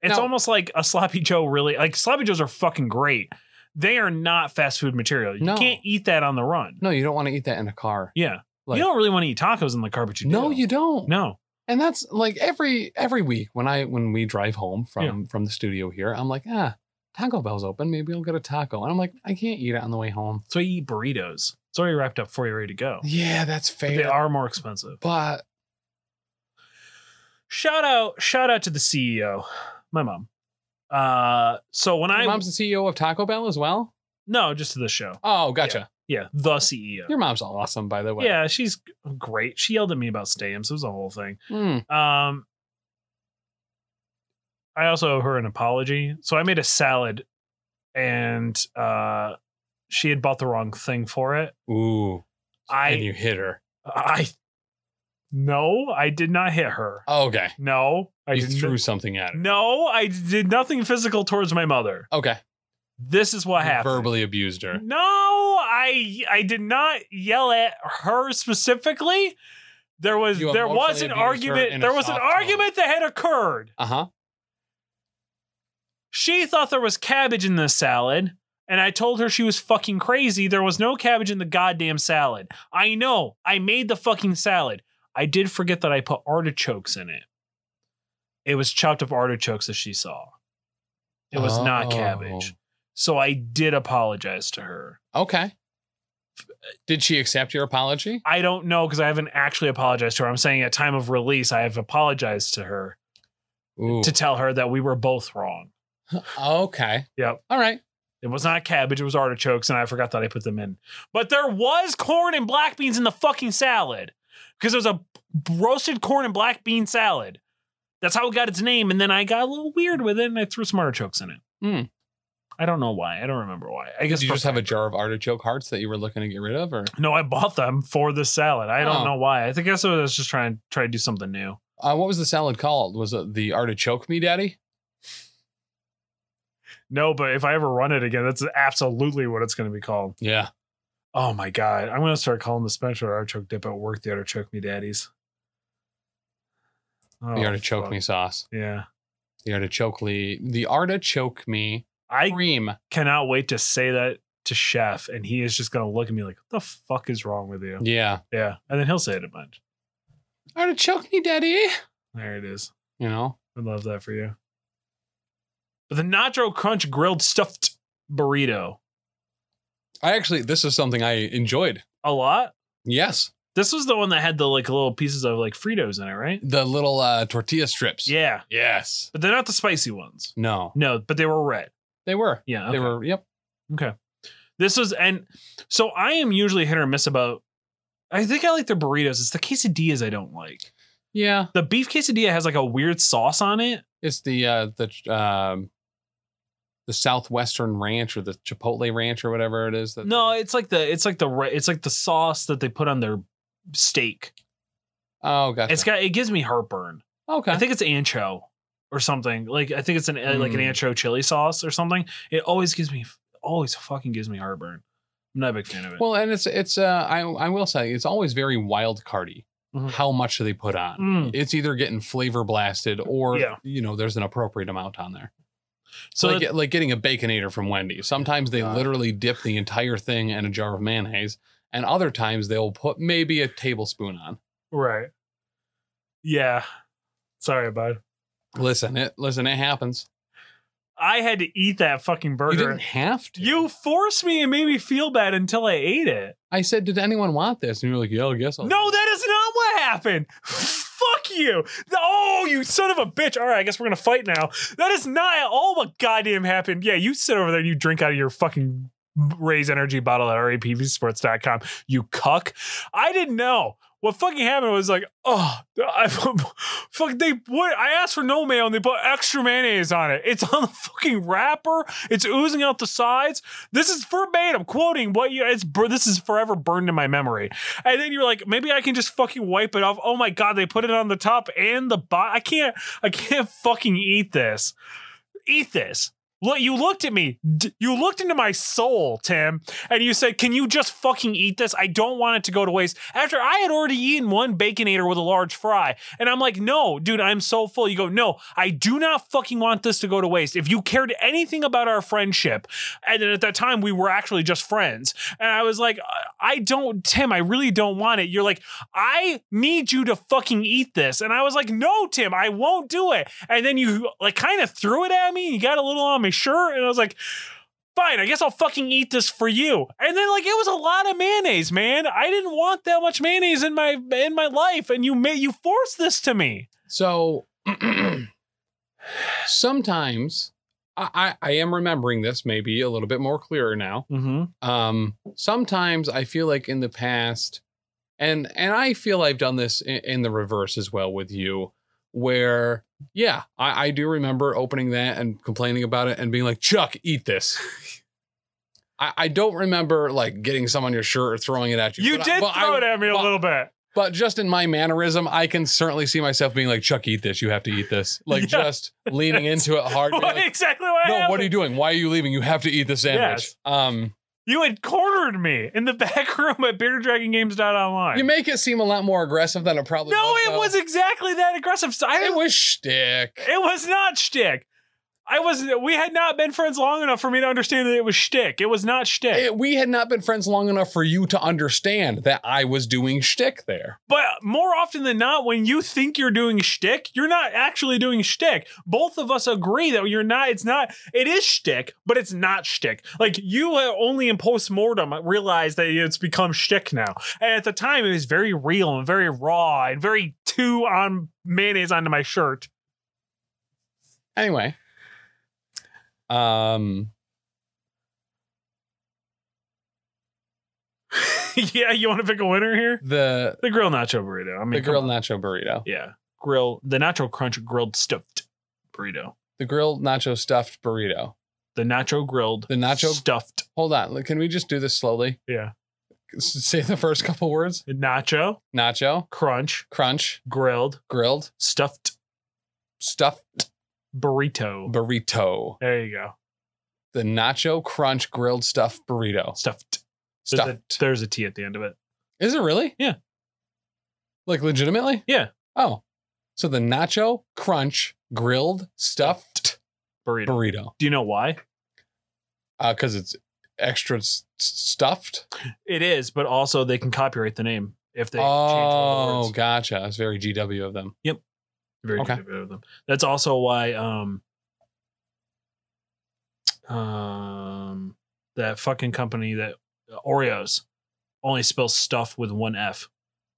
Speaker 2: it's
Speaker 3: Now-
Speaker 2: almost like a sloppy Joe. Really, like sloppy Joes are fucking great. They are not fast food material. You
Speaker 3: No.
Speaker 2: can't eat that on the run.
Speaker 3: No, you don't want to eat that in a car.
Speaker 2: Yeah,
Speaker 3: Like-
Speaker 2: you don't really want to eat tacos in the car, but you
Speaker 3: no,
Speaker 2: do.
Speaker 3: you don't.
Speaker 2: no.
Speaker 3: And that's like every every week when I when we drive home from from the studio here, I'm like, ah, Taco Bell's open. Maybe I'll get a taco. And I'm like, I can't eat it on the way home.
Speaker 2: So you eat burritos. It's already wrapped up for you, ready to go.
Speaker 3: Yeah, that's
Speaker 2: But
Speaker 3: fair.
Speaker 2: they are more expensive.
Speaker 3: but
Speaker 2: Shout out, shout out to the CEO, my mom. Uh, so when
Speaker 3: Your
Speaker 2: I
Speaker 3: mom's the CEO of Taco Bell as well.
Speaker 2: no, just to the show.
Speaker 3: Oh, gotcha.
Speaker 2: Yeah, the CEO.
Speaker 3: Your mom's awesome, by the way.
Speaker 2: Yeah, she's great. She yelled at me about stadiums. It was a whole thing.
Speaker 3: Mm.
Speaker 2: Um, I also owe her an apology. So I made a salad, and uh, she had bought the wrong thing for it.
Speaker 3: Ooh.
Speaker 2: I
Speaker 3: and you hit her.
Speaker 2: I No, I did not hit her.
Speaker 3: Okay.
Speaker 2: No, I
Speaker 3: you
Speaker 2: did
Speaker 3: threw something at it.
Speaker 2: No, I did nothing physical towards my mother.
Speaker 3: Okay.
Speaker 2: This is what
Speaker 3: You
Speaker 2: happened.
Speaker 3: Verbally abused her.
Speaker 2: No, I I did not yell at her specifically. There was
Speaker 3: You
Speaker 2: there was
Speaker 3: emotionally
Speaker 2: an
Speaker 3: abused her
Speaker 2: argument.
Speaker 3: in a
Speaker 2: There was an
Speaker 3: soft tone.
Speaker 2: argument that had occurred.
Speaker 3: Uh huh.
Speaker 2: She thought there was cabbage in the salad, and I told her she was fucking crazy. There was no cabbage in the goddamn salad. I know. I made the fucking salad. I did forget that I put artichokes in it. It was chopped up artichokes that she saw. It was not cabbage.
Speaker 3: Oh.
Speaker 2: So I did apologize to her.
Speaker 3: Okay. Did she accept your apology?
Speaker 2: I don't know because I haven't actually apologized to her. I'm saying at time of release, I have apologized to her
Speaker 3: Ooh.
Speaker 2: to tell her that we were both wrong.
Speaker 3: okay.
Speaker 2: Yep.
Speaker 3: All right.
Speaker 2: It was not cabbage, it was artichokes, and I forgot that I put them in. But there was corn and black beans in the fucking salad because it was a roasted corn and black bean salad. That's how it got its name. And then I got a little weird with it and I threw some artichokes in it.
Speaker 3: Hmm.
Speaker 2: I don't know why. I don't remember why. I
Speaker 3: Did
Speaker 2: guess
Speaker 3: you
Speaker 2: for-
Speaker 3: just have a jar of artichoke hearts that you were looking to get rid of, or
Speaker 2: no, I bought them for the salad. I don't
Speaker 3: Oh.
Speaker 2: know why. I think I was I was just trying to try to do something new.
Speaker 3: uh, what was the salad called? Was it the artichoke me daddy?
Speaker 2: No, but if I ever run it again, that's absolutely what it's going to be called.
Speaker 3: Yeah.
Speaker 2: Oh my god, I'm going to start calling the special artichoke dip at work the artichoke me daddies. Oh,
Speaker 3: The artichoke
Speaker 2: fuck.
Speaker 3: me sauce.
Speaker 2: Yeah,
Speaker 3: The artichoke lee. The artichoke me
Speaker 2: I
Speaker 3: cream.
Speaker 2: cannot wait to say that to Chef, and he is just going to look at me like, "What the fuck is wrong with you?"
Speaker 3: Yeah.
Speaker 2: Yeah, and then he'll say it a bunch.
Speaker 3: Artichoke me daddy.
Speaker 2: There it is.
Speaker 3: You know.
Speaker 2: I love that for you. But the Nacho Crunch grilled stuffed burrito,
Speaker 3: I actually this is something I enjoyed.
Speaker 2: a lot.
Speaker 3: Yes.
Speaker 2: This was the one that had the like little pieces of like Fritos in it, right?
Speaker 3: The little uh, tortilla strips.
Speaker 2: Yeah.
Speaker 3: Yes.
Speaker 2: But they're not the spicy ones.
Speaker 3: No.
Speaker 2: No, but they were red.
Speaker 3: They were.
Speaker 2: Yeah. okay.
Speaker 3: They were. Yep.
Speaker 2: This was and so I am usually hit or miss about I think I like their burritos. It's the quesadillas I don't like.
Speaker 3: Yeah.
Speaker 2: The beef quesadilla has like a weird sauce on it.
Speaker 3: It's the uh, the um, the southwestern ranch or the Chipotle ranch or whatever it is. That
Speaker 2: No, it's like the it's like the re- it's like the sauce that they put on their steak.
Speaker 3: Oh, gotcha.
Speaker 2: It's got it gives me heartburn.
Speaker 3: okay.
Speaker 2: I think it's ancho or something. Like I think it's an like an
Speaker 3: Mm.
Speaker 2: ancho chili sauce or something. It always gives me always fucking gives me heartburn. I'm not a big fan of it.
Speaker 3: well, and it's it's uh, I I will say it's always very wild cardy.
Speaker 2: Mhm.
Speaker 3: How much do they put on?
Speaker 2: Mm.
Speaker 3: It's either getting flavor blasted or
Speaker 2: Yeah.
Speaker 3: you know there's an appropriate amount on there.
Speaker 2: so
Speaker 3: like
Speaker 2: that-
Speaker 3: like getting a baconator from Wendy's. Sometimes they
Speaker 2: God.
Speaker 3: literally dip the entire thing in a jar of mayonnaise, and other times they'll put maybe a tablespoon on.
Speaker 2: right. Yeah. Sorry, bud.
Speaker 3: Listen, it listen, it happens.
Speaker 2: I had to eat that fucking burger.
Speaker 3: You didn't have to.
Speaker 2: You forced me and made me feel bad until I ate it.
Speaker 3: I said, did anyone want this? And you were like, yeah, I guess I'll.
Speaker 2: No, that is not what happened. *laughs* Fuck you. Oh, you son of a bitch. All right, I guess we're going to fight now. That is not at all what goddamn happened. Yeah, you sit over there and you drink out of your fucking raise energy bottle at rapvsports.com. You cuck. I didn't know. What fucking happened was like, oh, I, *laughs* fuck, they what? I asked for no mayo and they put extra mayonnaise on it. It's on the fucking wrapper. It's oozing out the sides. This is verbatim quoting what you. It's bur- this is forever burned in my memory. And then you're like, maybe I can just fucking wipe it off. Oh my god, they put it on the top and the bottom. I can't. I can't fucking eat this. Eat this. Look, you looked at me. D- you looked into my soul, Tim, and you said, "Can you just fucking eat this? I don't want it to go to waste." After I had already eaten one baconator with a large fry, and I'm like, "No, dude, I'm so full." You go, "No, I do not fucking want this to go to waste. If you cared anything about our friendship, and then at that time we were actually just friends, and I was like, I don't, Tim, I really don't want it. You're like, I need you to fucking eat this. And I was like, no, Tim, I won't do it. And then you like kind of threw it at me. You got a little on my shirt. And I was like, fine, I guess I'll fucking eat this for you. And then like, it was a lot of mayonnaise, man. I didn't want that much mayonnaise in my, in my life. And you made, you forced this to me.
Speaker 3: So *clears throat* sometimes I, I I am remembering this maybe a little bit more clearer now.
Speaker 2: Mm-hmm.
Speaker 3: um sometimes i feel like in the past and and i feel i've done this in, in the reverse as well with you where yeah I, I do remember opening that and complaining about it and being like chuck
Speaker 2: *laughs*
Speaker 3: eat this I, I don't remember like getting some on your shirt or throwing it at you
Speaker 2: You
Speaker 3: but I-
Speaker 2: did
Speaker 3: but I-
Speaker 2: throw it at me a
Speaker 3: but- *laughs*
Speaker 2: little bit.
Speaker 3: But just in my mannerism, I can certainly see myself being like, Chuck, eat this. You have to eat
Speaker 2: *laughs*
Speaker 3: this. Like
Speaker 2: Yeah.
Speaker 3: just leaning into it hard. being
Speaker 2: What- *laughs*
Speaker 3: like,
Speaker 2: exactly what
Speaker 3: no,
Speaker 2: happened.
Speaker 3: what are you doing? Why are you leaving? You have to eat the sandwich.
Speaker 2: Yes.
Speaker 3: Um,
Speaker 2: You had cornered me in the *laughs* back room at beerdragongames.online.
Speaker 3: you make it seem a lot more aggressive than it probably
Speaker 2: no,
Speaker 3: was.
Speaker 2: it
Speaker 3: though.
Speaker 2: was exactly that aggressive. So I,
Speaker 3: It was shtick.
Speaker 2: It was not shtick. I was. We had not been friends long enough for me to understand that it was shtick. It was not shtick.
Speaker 3: It- we had not been friends long enough for you to understand that I was doing shtick there.
Speaker 2: but more often than not, when you think you're doing shtick, you're not actually doing shtick. Both of us agree that you're not. It's not. It is shtick, but it's not shtick. Like you uh, only in postmortem realize that it's become shtick now. And at the time, it was very real and very raw and very two on mayonnaise onto my shirt. *laughs*
Speaker 3: Anyway. Um,
Speaker 2: yeah, you want to pick a winner here?
Speaker 3: the
Speaker 2: The grill nacho burrito. I mean,
Speaker 3: the
Speaker 2: come
Speaker 3: grilled nacho burrito.
Speaker 2: Yeah. Grill the nacho crunch grilled stuffed burrito.
Speaker 3: The grilled nacho stuffed burrito.
Speaker 2: The nacho grilled
Speaker 3: The nacho-
Speaker 2: stuffed.
Speaker 3: Hold on. Look, Can we just do this slowly?
Speaker 2: Yeah.
Speaker 3: S- Say the first couple words.
Speaker 2: Nacho
Speaker 3: Nacho,
Speaker 2: crunch
Speaker 3: crunch,
Speaker 2: grilled
Speaker 3: grilled,
Speaker 2: stuffed
Speaker 3: stuffed
Speaker 2: burrito.
Speaker 3: burrito.
Speaker 2: There you go.
Speaker 3: The nacho crunch grilled stuffed burrito.
Speaker 2: Stuffed. There's a-
Speaker 3: Stuffed.
Speaker 2: There's a T at the end of it.
Speaker 3: Is it really?
Speaker 2: Yeah.
Speaker 3: Like legitimately?
Speaker 2: Yeah.
Speaker 3: Oh. So the nacho crunch grilled stuffed
Speaker 2: Burrito.
Speaker 3: burrito.
Speaker 2: Do you know why?
Speaker 3: Uh, cuz it's extra s- stuffed.
Speaker 2: It is, but also they can copyright the name if they change all the
Speaker 3: oh,
Speaker 2: words.
Speaker 3: gotcha. It's very GW of them.
Speaker 2: Very
Speaker 3: Okay.
Speaker 2: derivative of them. That's also why um um that fucking company that uh, Oreos only spells stuff with one F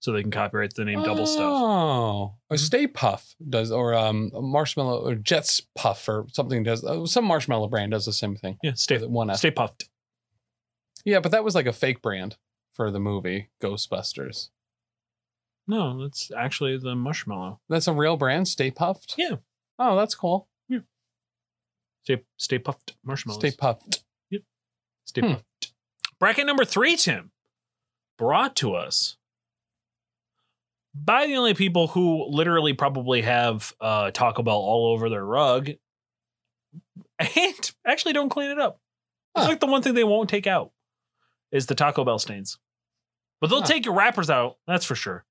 Speaker 2: so they can copyright the name double stuff. Mm-hmm.
Speaker 3: Oh, or Stay Puff does, or um, marshmallow or Jets Puff or something does. Uh, some marshmallow brand does the same thing.
Speaker 2: Yeah, stay
Speaker 3: With One F.
Speaker 2: stay puffed.
Speaker 3: Yeah, but that was like a fake brand for the movie Ghostbusters.
Speaker 2: No, that's actually the marshmallow.
Speaker 3: That's a real brand, Stay Puffed.
Speaker 2: Yeah.
Speaker 3: Oh, that's cool.
Speaker 2: Stay stay puffed marshmallows.
Speaker 3: Stay Puffed.
Speaker 2: Stay
Speaker 3: Hmm.
Speaker 2: puffed. Bracket number three, Tim, brought to us by the only people who literally probably have uh, Taco Bell all over their rug and *laughs* actually don't clean it up. It's
Speaker 3: Huh.
Speaker 2: like the one thing they won't take out is the Taco Bell stains. But they'll
Speaker 3: Huh.
Speaker 2: take your wrappers out, that's for sure.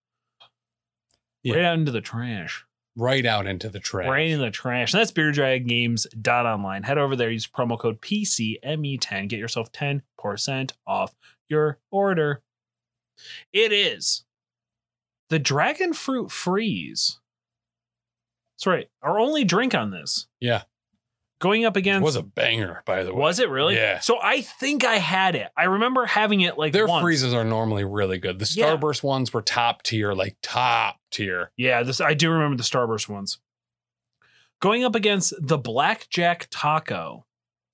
Speaker 3: Yeah.
Speaker 2: Right out into the trash.
Speaker 3: Right out into the trash.
Speaker 2: Right in the trash. And that's beerdragongames.online. Head over there, use promo code PCME10. E Get yourself 10% off your order. It is the Dragon Fruit Freeze. That's right. Our only drink on this.
Speaker 3: Yeah.
Speaker 2: Going up
Speaker 3: It
Speaker 2: against.
Speaker 3: was a banger, by the way.
Speaker 2: Was it really?
Speaker 3: Yeah.
Speaker 2: So I think I had it. I remember having it like
Speaker 3: Their
Speaker 2: once.
Speaker 3: freezes are normally really good. The
Speaker 2: Yeah.
Speaker 3: Starburst ones were top tier, like top tier.
Speaker 2: Yeah, this I do remember the Starburst ones. Going up against the Blackjack Taco.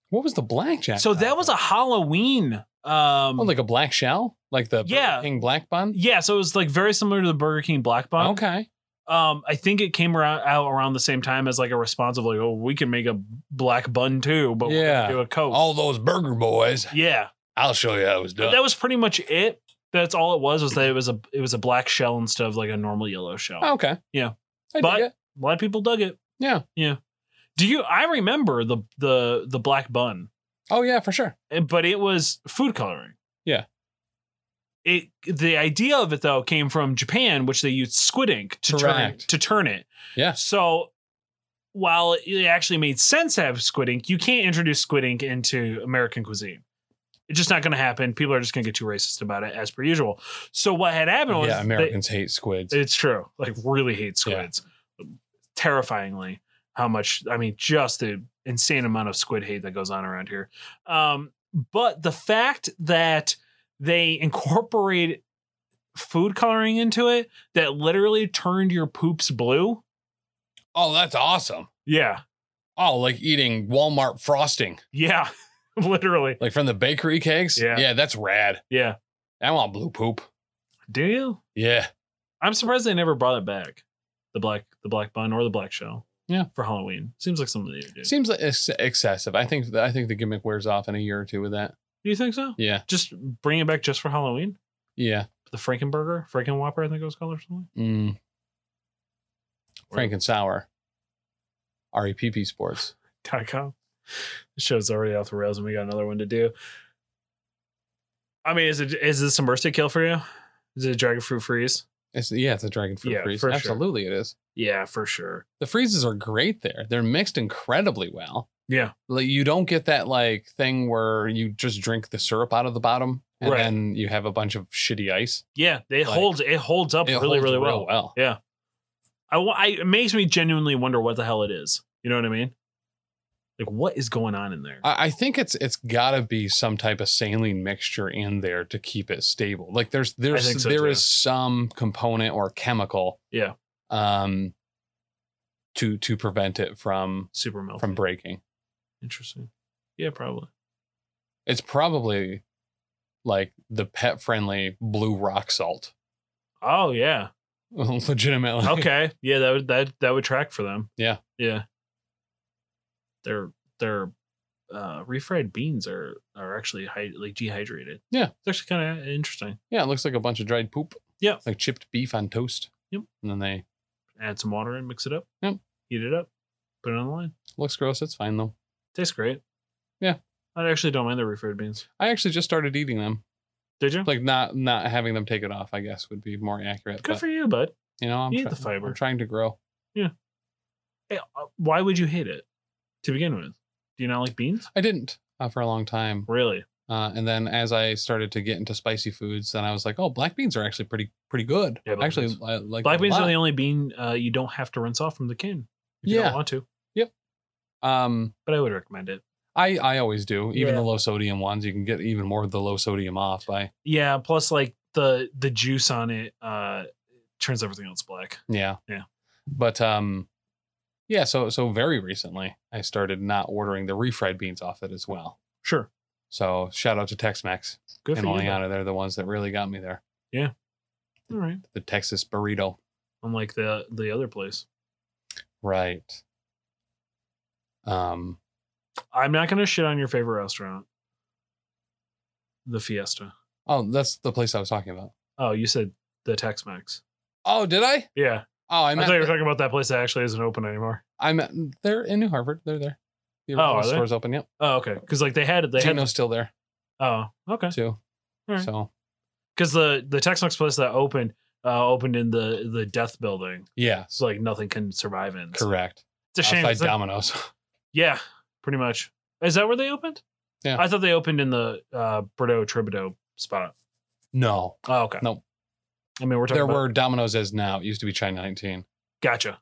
Speaker 3: What was the blackjack?
Speaker 2: So that
Speaker 3: taco?
Speaker 2: was a Halloween. Um,
Speaker 3: oh, like a black shell, like the Burger
Speaker 2: Yeah.
Speaker 3: King black bun.
Speaker 2: yeah, so it was like very similar to the Burger King Black Bun.
Speaker 3: Okay.
Speaker 2: Um, I think it came around out around the same time as like a response of like, oh, we can make a black bun too, but we're
Speaker 3: Yeah.
Speaker 2: gonna do a Coke.
Speaker 3: All those burger boys.
Speaker 2: yeah,
Speaker 3: I'll show you how it was
Speaker 2: But
Speaker 3: done.
Speaker 2: Oh, that was pretty much it. That's all it was. Was that it was a it was a black shell instead of like a normal yellow shell.
Speaker 3: okay.
Speaker 2: Yeah.
Speaker 3: I
Speaker 2: But-
Speaker 3: dig it.
Speaker 2: A lot of people dug it.
Speaker 3: Oh. Yeah.
Speaker 2: yeah. Do you? I remember the the the black bun.
Speaker 3: Oh yeah, for sure.
Speaker 2: Eh, but it was food coloring.
Speaker 3: Yeah.
Speaker 2: It the idea of it though came from Japan, which they used squid ink to turn it,
Speaker 3: Correct.
Speaker 2: to turn it.
Speaker 3: Yeah.
Speaker 2: So while it actually made sense to have squid ink, you can't introduce squid ink into American cuisine. It's just not going to happen. People are just going to get too racist about it, as per usual. So what had happened was
Speaker 3: Yeah,
Speaker 2: they-
Speaker 3: Americans hate squids.
Speaker 2: it's true. Like really hate
Speaker 3: Yeah.
Speaker 2: squids. Terrifyingly how much I mean just the insane amount of squid hate that goes on around here. Um but the fact that they incorporate food coloring into it that literally turned your poops blue.
Speaker 3: Oh, that's awesome.
Speaker 2: Yeah.
Speaker 3: Oh, like eating Walmart frosting,
Speaker 2: Yeah. *laughs* literally.
Speaker 3: like from the bakery cakes.
Speaker 2: Yeah.
Speaker 3: yeah, that's rad.
Speaker 2: Yeah.
Speaker 3: I want blue poop.
Speaker 2: Do you?
Speaker 3: Yeah,
Speaker 2: I'm surprised they never brought it back. The black the black bun or the black shell.
Speaker 3: Yeah.
Speaker 2: For Halloween. Seems like something they would do.
Speaker 3: seems like it's excessive. I think I think the gimmick wears off in a year or two with that.
Speaker 2: do you think so?
Speaker 3: Yeah,
Speaker 2: Just bring it back just for Halloween?
Speaker 3: yeah.
Speaker 2: the Frankenburger, Franken Whopper, I think it was called or something.
Speaker 3: Mm. Frank and Sour. REPP Sports.
Speaker 2: dot com. The show's already off the rails, and we got another one to do. I mean, is it is this a mercy kill for you? Is it a dragon fruit freeze?
Speaker 3: It's yeah, it's a dragon fruit
Speaker 2: Yeah,
Speaker 3: freeze.
Speaker 2: for sure.
Speaker 3: Absolutely, it is.
Speaker 2: Yeah, for sure.
Speaker 3: The freezes are great there. They're mixed incredibly well.
Speaker 2: Yeah,
Speaker 3: Like you don't get that like thing where you just drink the syrup out of the bottom and
Speaker 2: Right.
Speaker 3: then you have a bunch of shitty ice.
Speaker 2: yeah. It
Speaker 3: Like,
Speaker 2: holds it holds up
Speaker 3: It
Speaker 2: really
Speaker 3: holds
Speaker 2: really
Speaker 3: real
Speaker 2: well.
Speaker 3: well.
Speaker 2: I, wa- I it makes me genuinely wonder what the hell it is. You know what I mean? Like what is going on in there?
Speaker 3: I, I think it's it's gotta be some type of saline mixture in there to keep it stable. Like there's there's there
Speaker 2: think
Speaker 3: is
Speaker 2: so, too.
Speaker 3: some component or chemical.
Speaker 2: Yeah.
Speaker 3: Um. To to prevent it from
Speaker 2: Super milk.
Speaker 3: from breaking,
Speaker 2: Interesting. Yeah, probably.
Speaker 3: it's probably like the pet friendly blue rock salt. *laughs*
Speaker 2: Oh yeah.
Speaker 3: Legitimately.
Speaker 2: Okay. Yeah, that would that that would track for them.
Speaker 3: Yeah.
Speaker 2: Yeah. Their their uh refried beans are are actually hy- like dehydrated.
Speaker 3: Yeah.
Speaker 2: It's actually kind of interesting.
Speaker 3: *laughs* Yeah, it looks like a bunch of dried poop.
Speaker 2: Yeah.
Speaker 3: Like chipped beef on toast.
Speaker 2: Yep.
Speaker 3: And then they
Speaker 2: Add some water and mix it up.
Speaker 3: Yep.
Speaker 2: Heat it up. Put it on the line.
Speaker 3: looks gross. It's fine though.
Speaker 2: Tastes great.
Speaker 3: Yeah.
Speaker 2: I actually don't mind the refried beans.
Speaker 3: I actually just started eating them.
Speaker 2: Did you?
Speaker 3: Like not not having them take it off, I guess would be more accurate.
Speaker 2: Good
Speaker 3: but,
Speaker 2: for you, bud.
Speaker 3: you know, I'm,
Speaker 2: you eat
Speaker 3: try-
Speaker 2: the fiber.
Speaker 3: I'm trying to grow.
Speaker 2: Eh, uh, Why would you hate it to begin with? Do you not like beans?
Speaker 3: I didn't uh, for a long time.
Speaker 2: Really?
Speaker 3: Uh, and then as I started to get into spicy foods, then I was like, oh, black beans are actually pretty pretty good.
Speaker 2: Yeah, black
Speaker 3: actually,
Speaker 2: beans.
Speaker 3: I like
Speaker 2: Black
Speaker 3: them a
Speaker 2: beans are
Speaker 3: lot.
Speaker 2: the only bean uh, you don't have to rinse off from the can if you
Speaker 3: Yeah.
Speaker 2: don't want to.
Speaker 3: um
Speaker 2: But I would recommend it.
Speaker 3: I I always do. Even
Speaker 2: Yeah.
Speaker 3: the low sodium ones, you can get even more of the low sodium off by
Speaker 2: Yeah, plus like the the juice on it uh turns everything else black.
Speaker 3: yeah.
Speaker 2: Yeah.
Speaker 3: But um yeah, so so very recently I started not ordering the refried beans off it as well.
Speaker 2: Sure.
Speaker 3: So shout out to Tex Mex
Speaker 2: Good
Speaker 3: and
Speaker 2: for you.
Speaker 3: Oleana. They're the ones that really got me there.
Speaker 2: All right.
Speaker 3: The Texas burrito.
Speaker 2: Unlike the the other place.
Speaker 3: Right. Um
Speaker 2: I'm not gonna shit on your favorite restaurant. The Fiesta.
Speaker 3: oh that's the place I was talking about.
Speaker 2: Oh, you said the Tex Mex.
Speaker 3: Oh, did I?
Speaker 2: Yeah.
Speaker 3: Oh I
Speaker 2: I, thought you were
Speaker 3: meant
Speaker 2: talking about that place that actually isn't open anymore.
Speaker 3: I meant they're in New Harvard. They're there. The
Speaker 2: Oh, are
Speaker 3: original
Speaker 2: they?
Speaker 3: store's open, yep.
Speaker 2: Oh, okay. Because like they had it, they
Speaker 3: Gino's still there
Speaker 2: had oh, okay.
Speaker 3: too.
Speaker 2: Alright.
Speaker 3: So
Speaker 2: Because the the Tex Mex place that opened uh opened in the the death building.
Speaker 3: yeah.
Speaker 2: So like nothing can survive in.
Speaker 3: Correct.
Speaker 2: It's a shame.
Speaker 3: outside
Speaker 2: It's like-
Speaker 3: Domino's. *laughs*
Speaker 2: Yeah, pretty much. Is that where they opened?
Speaker 3: Yeah.
Speaker 2: I thought they opened in the uh Bordeaux Tribideau spot.
Speaker 3: No,
Speaker 2: Oh, okay.
Speaker 3: Nope.
Speaker 2: I mean, we're talking
Speaker 3: there
Speaker 2: about
Speaker 3: were Domino's as now. It used to be China 19,
Speaker 2: gotcha.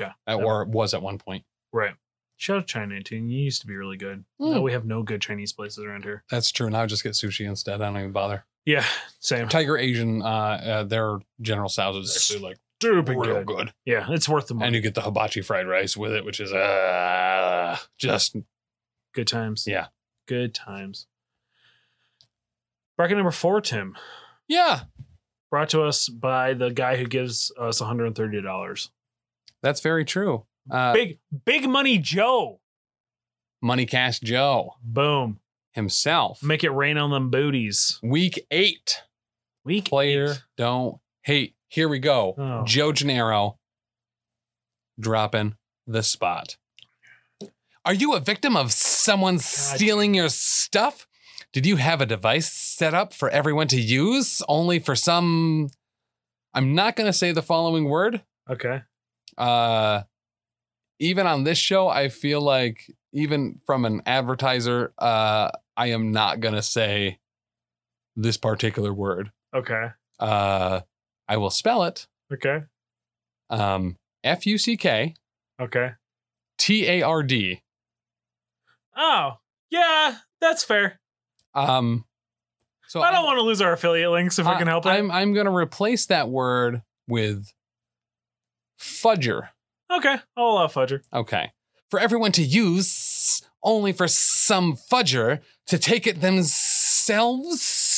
Speaker 3: uh, or it was at one point.
Speaker 2: Right. Shout out China 18. You used to be really good.
Speaker 3: Hmm.
Speaker 2: No, we have no good Chinese places around here.
Speaker 3: That's true. Now I just get sushi instead. I don't even bother.
Speaker 2: Yeah, *laughs* same.
Speaker 3: Tiger Asian, uh, uh their General Tso's is actually like
Speaker 2: Stupid
Speaker 3: real
Speaker 2: good.
Speaker 3: good,
Speaker 2: Yeah, it's worth the
Speaker 3: and
Speaker 2: money.
Speaker 3: you get the hibachi fried rice with it, which is uh just
Speaker 2: Good times.
Speaker 3: Yeah.
Speaker 2: Good times. Bracket number four, Tim,
Speaker 3: yeah.
Speaker 2: brought to us by the guy who gives us $130.
Speaker 3: That's very true. Uh,
Speaker 2: big, big money Joe.
Speaker 3: Money Cash Joe
Speaker 2: Boom.
Speaker 3: himself,
Speaker 2: Make it rain on them booties.
Speaker 3: week eight
Speaker 2: Week
Speaker 3: player.
Speaker 2: eight.
Speaker 3: Don't hate. Here we go.
Speaker 2: Oh.
Speaker 3: Joe Gennaro dropping the spot. Are you a victim of someone stealing your stuff? Did you have a device set up for everyone to use only for some? I'm not going to say the following word.
Speaker 2: Okay.
Speaker 3: Uh, even on this show, I feel like, even from an advertiser, uh, I am not going to say this particular word.
Speaker 2: Okay.
Speaker 3: Uh, I will spell it
Speaker 2: Okay.
Speaker 3: um, F U C K
Speaker 2: Okay.
Speaker 3: T A R D.
Speaker 2: Oh, yeah, that's fair.
Speaker 3: Um, so
Speaker 2: I don't want to lose our affiliate links if we can help it.
Speaker 3: I'm I'm going to replace that word with fudger.
Speaker 2: okay. I'll uh, allow Fudger.
Speaker 3: Okay, for everyone to use, only for some fudger to take it themselves.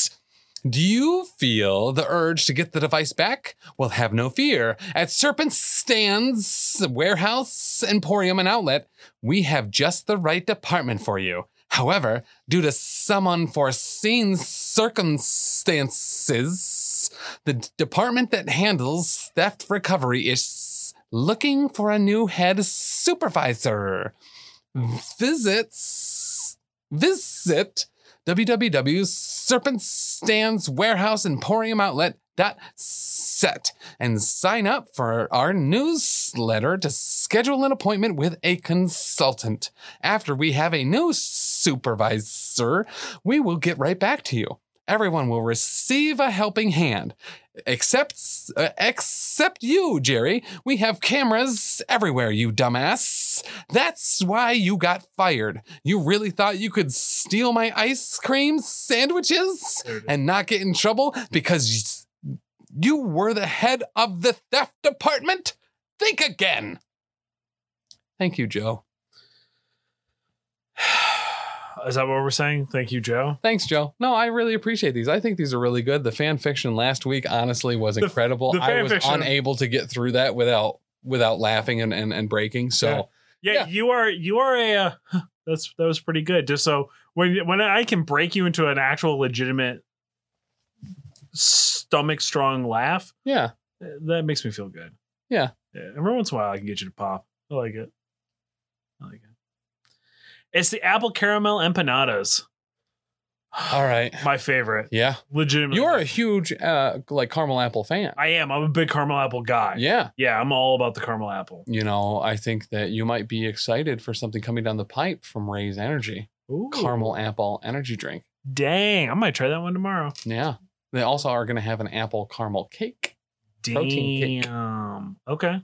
Speaker 3: Do you feel the urge to get the device back? Well, have no fear. At Serpent Stands Warehouse, Emporium, and Outlet, we have just the right department for you. However, due to some unforeseen circumstances,
Speaker 1: Yes, the d- department that handles theft recovery is looking for a new head supervisor. Visits visit www.serpentstandswarehouseemporiumoutlet.set and sign up for our newsletter to schedule an appointment with a consultant. After we have a new supervisor, we will get right back to you. Everyone will receive a helping hand. Except uh, except you, Jerry. We have cameras everywhere, you dumbass. That's why you got fired. You really thought you could steal my ice cream sandwiches and not get in trouble because y- you were the head of the theft department? Think again. Thank you, Joe.
Speaker 2: *sighs* Is that what we're saying? Thank you, Joe.
Speaker 3: Thanks, Joe. No, I really appreciate these. I think these are really good. The fan fiction last week honestly was
Speaker 2: The-
Speaker 3: incredible.
Speaker 2: the
Speaker 3: I
Speaker 2: fan
Speaker 3: was
Speaker 2: fiction-
Speaker 3: unable to get through that without without laughing and, and, and breaking. So
Speaker 2: Yeah. Yeah,
Speaker 3: Yeah.
Speaker 2: you are you are a uh, huh, that's that was pretty good. Just so when when I can break you into an actual legitimate stomach strong laugh,
Speaker 3: yeah.
Speaker 2: uh, that makes me feel good.
Speaker 3: Yeah.
Speaker 2: yeah. Every once in a while, I can get you to pop. I like it. I like it. It's the apple caramel empanadas. *sighs*
Speaker 3: All right.
Speaker 2: My favorite,
Speaker 3: Yeah.
Speaker 2: legitimately.
Speaker 3: You are a huge uh like caramel apple fan.
Speaker 2: I am. I'm a big caramel apple guy.
Speaker 3: Yeah.
Speaker 2: yeah. I'm all about the caramel apple.
Speaker 3: You know, I think that you might be excited for something coming down the pipe from Ray's Energy.
Speaker 2: Ooh.
Speaker 3: Caramel apple energy drink.
Speaker 2: Dang, I might try that one tomorrow.
Speaker 3: Yeah. They also are gonna have an apple caramel cake.
Speaker 2: Damn.
Speaker 3: Protein cake.
Speaker 2: Okay.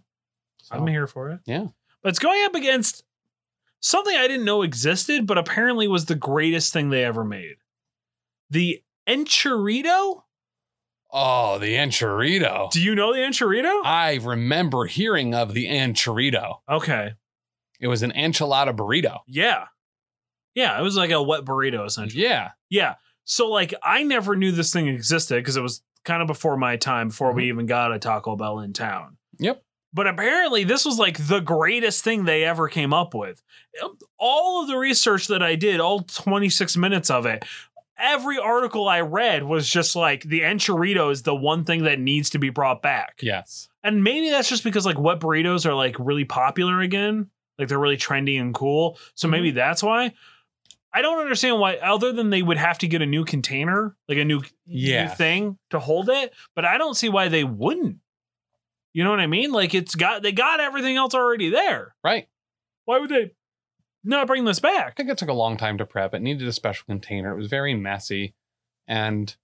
Speaker 3: So,
Speaker 2: I'm here for it.
Speaker 3: Yeah.
Speaker 2: But it's going up against something I didn't know existed, but apparently was the greatest thing they ever made. The Enchirito?
Speaker 3: Oh, the enchirito.
Speaker 2: Do you know the Enchirito?
Speaker 3: I remember hearing of the enchirito.
Speaker 2: okay.
Speaker 3: It was an enchilada burrito.
Speaker 2: Yeah. Yeah. It was like a wet burrito, essentially.
Speaker 3: Yeah.
Speaker 2: Yeah. So, like, I never knew this thing existed because it was kind of before my time, before we even got a Taco Bell in town.
Speaker 3: Yep.
Speaker 2: But apparently, this was like the greatest thing they ever came up with. All of the research that I did, all 26 minutes of it, every article I read was just like the enchilada is the one thing that needs to be brought back.
Speaker 3: Yes.
Speaker 2: And maybe that's just because like wet burritos are like really popular again. Like they're really trendy and cool. So maybe
Speaker 3: Mm-hmm.
Speaker 2: that's why. I don't understand why, other than they would have to get a new container, like a new,
Speaker 3: Yeah.
Speaker 2: new thing to hold it. But I don't see why they wouldn't. You know what I mean? Like it's got they got everything else already there.
Speaker 3: Right.
Speaker 2: Why would they not bring this
Speaker 3: I
Speaker 2: back?
Speaker 3: think it took a long time to prep. It needed a special container. It was very messy. And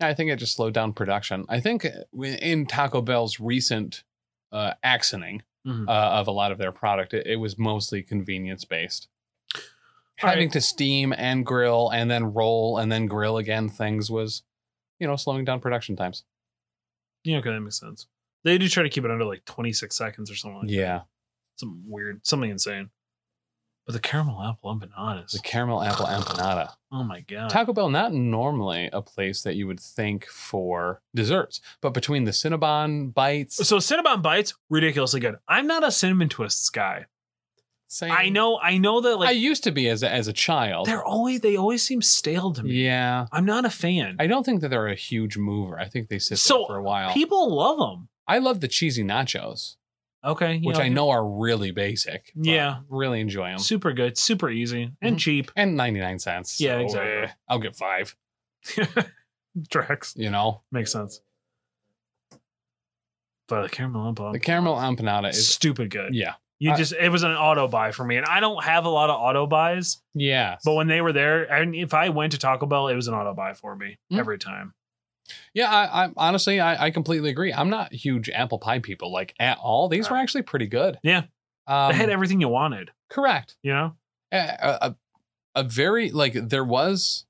Speaker 3: I think it just slowed down production. I think uh, in Taco Bell's recent uh, actioning
Speaker 2: Mhm.
Speaker 3: uh, of a lot of their product, it, it was mostly convenience based.
Speaker 2: All right.
Speaker 3: Having to steam and grill and then roll and then grill again things was, you know, slowing down production times.
Speaker 2: Yeah, okay, that makes sense. They do try to keep it under like 26 seconds or something like
Speaker 3: Yeah.
Speaker 2: some weird, something insane. But the caramel apple empanadas.
Speaker 3: The caramel apple empanada.
Speaker 2: Oh my god.
Speaker 3: Taco Bell not normally a place that you would think for desserts, but between the Cinnabon bites,
Speaker 2: so Cinnabon Bites, ridiculously good. I'm not a cinnamon twists guy.
Speaker 3: same-
Speaker 2: I know, I know that
Speaker 3: I
Speaker 2: like
Speaker 3: used to be as a, as a child.
Speaker 2: they're always they always seem stale to me.
Speaker 3: Yeah,
Speaker 2: I'm not a fan.
Speaker 3: I don't think that they're a huge mover. I think they sit there
Speaker 2: So,
Speaker 3: for a while.
Speaker 2: People love them.
Speaker 3: I love the cheesy nachos,
Speaker 2: Okay, yeah,
Speaker 3: which I
Speaker 2: okay.
Speaker 3: know are really basic. but
Speaker 2: Yeah.
Speaker 3: really enjoy them.
Speaker 2: super good, super easy and
Speaker 3: Mhm.
Speaker 2: cheap.
Speaker 3: And ninety nine cents.
Speaker 2: Yeah, exactly.
Speaker 3: eh, I'll get five.
Speaker 2: Drax
Speaker 3: You know,
Speaker 2: makes sense. But the caramel apple,
Speaker 3: the caramel empanada is.
Speaker 2: stupid good.
Speaker 3: Yeah,
Speaker 2: You
Speaker 3: I-
Speaker 2: just it was an auto buy for me, and I don't have a lot of auto buys.
Speaker 3: yeah.
Speaker 2: But when they were there, and if I went to Taco Bell, it was an auto buy for me
Speaker 3: Mm.
Speaker 2: every time.
Speaker 3: Yeah, I, I honestly, I, I completely agree. I'm not huge apple pie people like at all. These were actually pretty good.
Speaker 2: Yeah.
Speaker 3: um,
Speaker 2: they had everything you wanted,
Speaker 3: correct.
Speaker 2: you know?
Speaker 3: A, a, a- a very like there was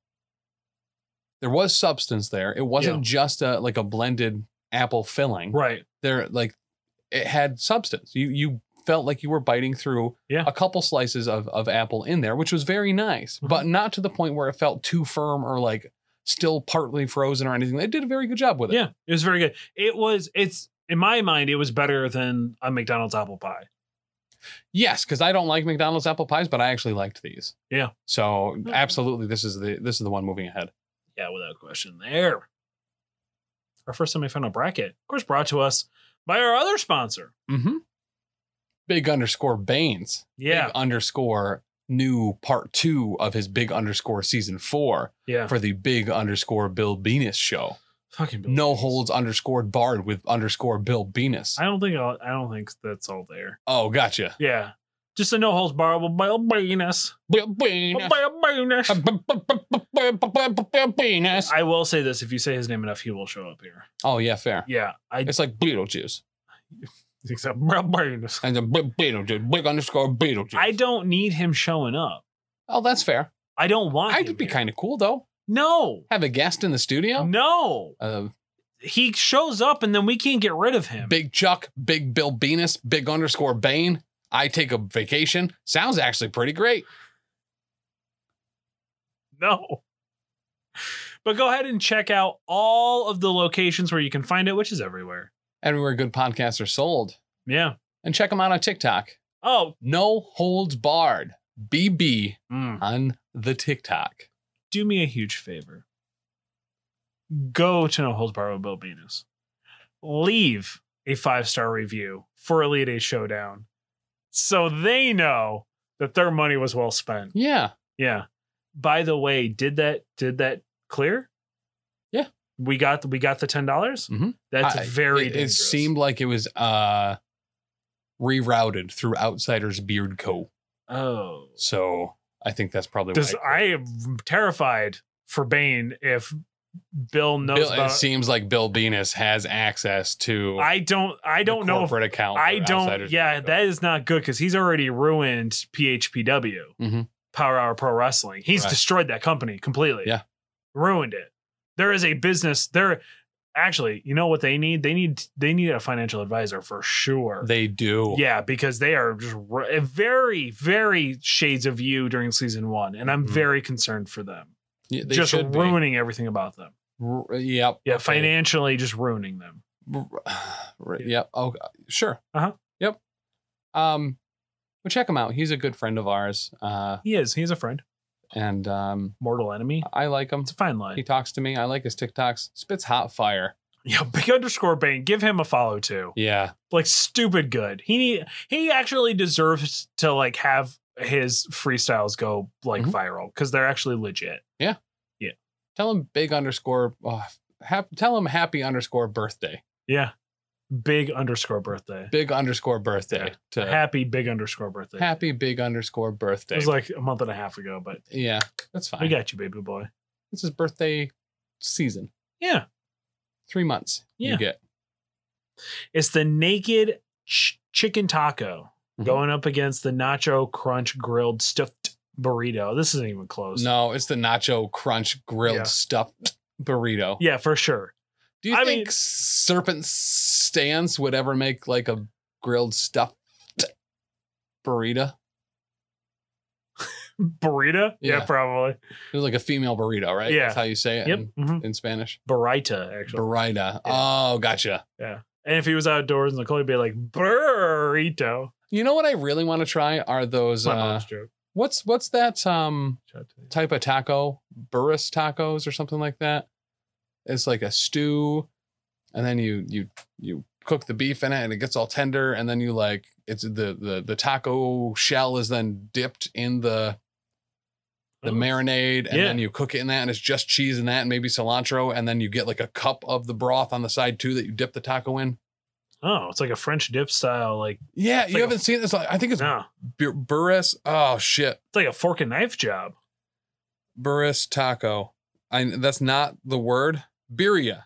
Speaker 3: there was substance there. It wasn't
Speaker 2: Yeah.
Speaker 3: just a like a blended apple filling.
Speaker 2: Right.
Speaker 3: There, like it had substance. You you felt like you were biting through
Speaker 2: Yeah.
Speaker 3: a couple slices of of apple in there, which was very nice,
Speaker 2: Mm-hmm.
Speaker 3: but not to the point where it felt too firm or like still partly frozen or anything. They did a very good job with it.
Speaker 2: Yeah. It was very good. It was, it's, in my mind, it was better than a McDonald's apple pie.
Speaker 3: Yes, because I don't like McDonald's apple pies, but I actually liked these.
Speaker 2: Yeah.
Speaker 3: So absolutely, this is the this is the one moving ahead.
Speaker 2: Yeah, without question. There. our first semifinal bracket. Of course, brought to us by our other sponsor.
Speaker 3: Mm-hmm. Big underscore Baines.
Speaker 2: Yeah,
Speaker 3: Big underscore new part two of his big underscore season four
Speaker 2: yeah.
Speaker 3: for the big underscore Bill Venus show.
Speaker 2: Fucking Bill
Speaker 3: No
Speaker 2: Gates.
Speaker 3: holds underscored barred with underscore Bill Venus.
Speaker 2: I don't think I'll, I don't think that's all there.
Speaker 3: Oh, gotcha.
Speaker 2: Yeah, just a no holds barred by Venus.
Speaker 3: Bill Venus.
Speaker 2: By Venus.
Speaker 3: *laughs* Bill Venus.
Speaker 2: Oh, I will say this: if you say his name enough, he will show up here.
Speaker 3: Oh yeah, fair.
Speaker 2: Yeah, I
Speaker 3: It's like Beetlejuice.
Speaker 2: *laughs* except Venus.
Speaker 3: And then Be- Beetlejuice, big underscore Beetlejuice.
Speaker 2: I don't need him showing up.
Speaker 3: oh, that's fair.
Speaker 2: I don't want.
Speaker 3: I
Speaker 2: him
Speaker 3: could be
Speaker 2: here.
Speaker 3: kind of cool though.
Speaker 2: No,
Speaker 3: Have a guest in the studio.
Speaker 2: no.
Speaker 3: Uh,
Speaker 2: He shows up, and then we can't get rid of him.
Speaker 3: big Chuck, Big Bill Venus, Big underscore Bane. I take a vacation. Sounds actually pretty great.
Speaker 2: *laughs* No. But go ahead and check out all of the locations where you can find it, which is everywhere.
Speaker 3: Everywhere good podcasts are sold.
Speaker 2: Yeah.
Speaker 3: And check them out on TikTok.
Speaker 2: Oh,
Speaker 3: No holds barred. BB
Speaker 2: mm,
Speaker 3: on the TikTok.
Speaker 2: do me a huge favor. Go to No Holds Barred with Bill Venus. Leave a five star review for Elite Eight Showdown so they know that their money was well spent.
Speaker 3: Yeah.
Speaker 2: Yeah. By the way, did that did that clear?
Speaker 3: Yeah.
Speaker 2: We got we got the ten dollars.
Speaker 3: Mhm.
Speaker 2: That's
Speaker 3: I-
Speaker 2: very.
Speaker 3: it, it
Speaker 2: dangerous.
Speaker 3: seemed like it was uh rerouted through Outsiders Beard Co.
Speaker 2: Oh.
Speaker 3: So I think that's probably
Speaker 2: Does
Speaker 3: why.
Speaker 2: I am terrified for Bane if Bill knows
Speaker 3: Bill, it
Speaker 2: about.
Speaker 3: seems like Bill Venus has access to
Speaker 2: I don't. I
Speaker 3: the
Speaker 2: don't know. If,
Speaker 3: corporate account.
Speaker 2: I
Speaker 3: for
Speaker 2: don't.
Speaker 3: Outsiders
Speaker 2: Yeah,
Speaker 3: Beard Co.
Speaker 2: that is not good because he's already ruined PHPW,
Speaker 3: Mhm.
Speaker 2: Power Hour Pro Wrestling. He's
Speaker 3: Right.
Speaker 2: destroyed that company completely.
Speaker 3: Yeah.
Speaker 2: ruined it. There is a business. There, actually, you know what they need? They need. They need a financial advisor for sure.
Speaker 3: they do.
Speaker 2: Yeah, because they are just r- eh, very, very shades of you during season one, and I'm
Speaker 3: Mhm.
Speaker 2: very concerned for them.
Speaker 3: Yeah, they
Speaker 2: just
Speaker 3: should be.
Speaker 2: ruining everything about them.
Speaker 3: R- yep.
Speaker 2: Yeah,
Speaker 3: okay.
Speaker 2: financially just ruining them.
Speaker 3: R- yep. Oh, sure.
Speaker 2: Uh-huh.
Speaker 3: Yep. Um, well, check him out. He's a good friend of ours. Uh,
Speaker 2: He is. He's a friend.
Speaker 3: and um,
Speaker 2: Mortal enemy.
Speaker 3: I like him.
Speaker 2: It's a fine
Speaker 3: He
Speaker 2: line.
Speaker 3: talks to me. I like his TikToks. Spits hot fire.
Speaker 2: Yeah, *laughs* big underscore bang. Give him a follow too.
Speaker 3: Yeah.
Speaker 2: Like stupid good. He need, he actually deserves to like have his freestyles go like
Speaker 3: Mhm.
Speaker 2: viral because they're actually legit.
Speaker 3: Tell him big underscore. Oh, hap, tell him happy underscore birthday.
Speaker 2: Yeah. Big underscore birthday.
Speaker 3: Big underscore birthday. To
Speaker 2: Happy big underscore birthday.
Speaker 3: happy big underscore
Speaker 2: It
Speaker 3: birthday.
Speaker 2: was like a month and a half ago, but
Speaker 3: yeah, that's fine.
Speaker 2: we got you, baby boy.
Speaker 3: it's his birthday season.
Speaker 2: Yeah.
Speaker 3: Three months.
Speaker 2: Yeah.
Speaker 3: You get
Speaker 2: It's the naked ch- chicken taco
Speaker 3: Mhm.
Speaker 2: going up against the nacho crunch grilled stuffed burrito. This isn't even close.
Speaker 3: no. It's the nacho crunch grilled
Speaker 2: Yeah.
Speaker 3: stuffed *laughs* burrito.
Speaker 2: Yeah, for sure.
Speaker 3: Do you
Speaker 2: I
Speaker 3: think
Speaker 2: mean-
Speaker 3: Serpent Stance would ever make like a grilled stuffed burrito?
Speaker 2: Burrito? Yeah,
Speaker 3: Yeah.
Speaker 2: probably.
Speaker 3: It was like a female burrito, right?
Speaker 2: Yeah.
Speaker 3: That's how you say it
Speaker 2: Yep.
Speaker 3: in,
Speaker 2: mhm.
Speaker 3: in Spanish.
Speaker 2: Burrita, actually.
Speaker 3: Burrito. Oh, gotcha.
Speaker 2: and if he was outdoors in the cold, he'd be like, burrito.
Speaker 3: You know what I really want to try are
Speaker 2: It's
Speaker 3: those
Speaker 2: my
Speaker 3: uh,
Speaker 2: mom's joke.
Speaker 3: what's what's that um
Speaker 2: Shout out to you.
Speaker 3: type of taco? Burris tacos or something like that. It's like a stew and then you you you cook the beef in it and it gets all tender and then you like it's the the the taco shell is then dipped in the the
Speaker 2: Oh.
Speaker 3: marinade and
Speaker 2: Yeah.
Speaker 3: then you cook it in that and it's just cheese and that and maybe cilantro and then you get like a cup of the broth on the side too that you dip the taco in.
Speaker 2: Oh, it's like a French dip style. Like,
Speaker 3: Yeah,
Speaker 2: It's
Speaker 3: you
Speaker 2: like a-
Speaker 3: haven't seen this. Like, I think it's
Speaker 2: no,
Speaker 3: Bur- Burris. Oh shit,
Speaker 2: it's like a fork and knife job.
Speaker 3: Burris taco. I that's not the word. Birria,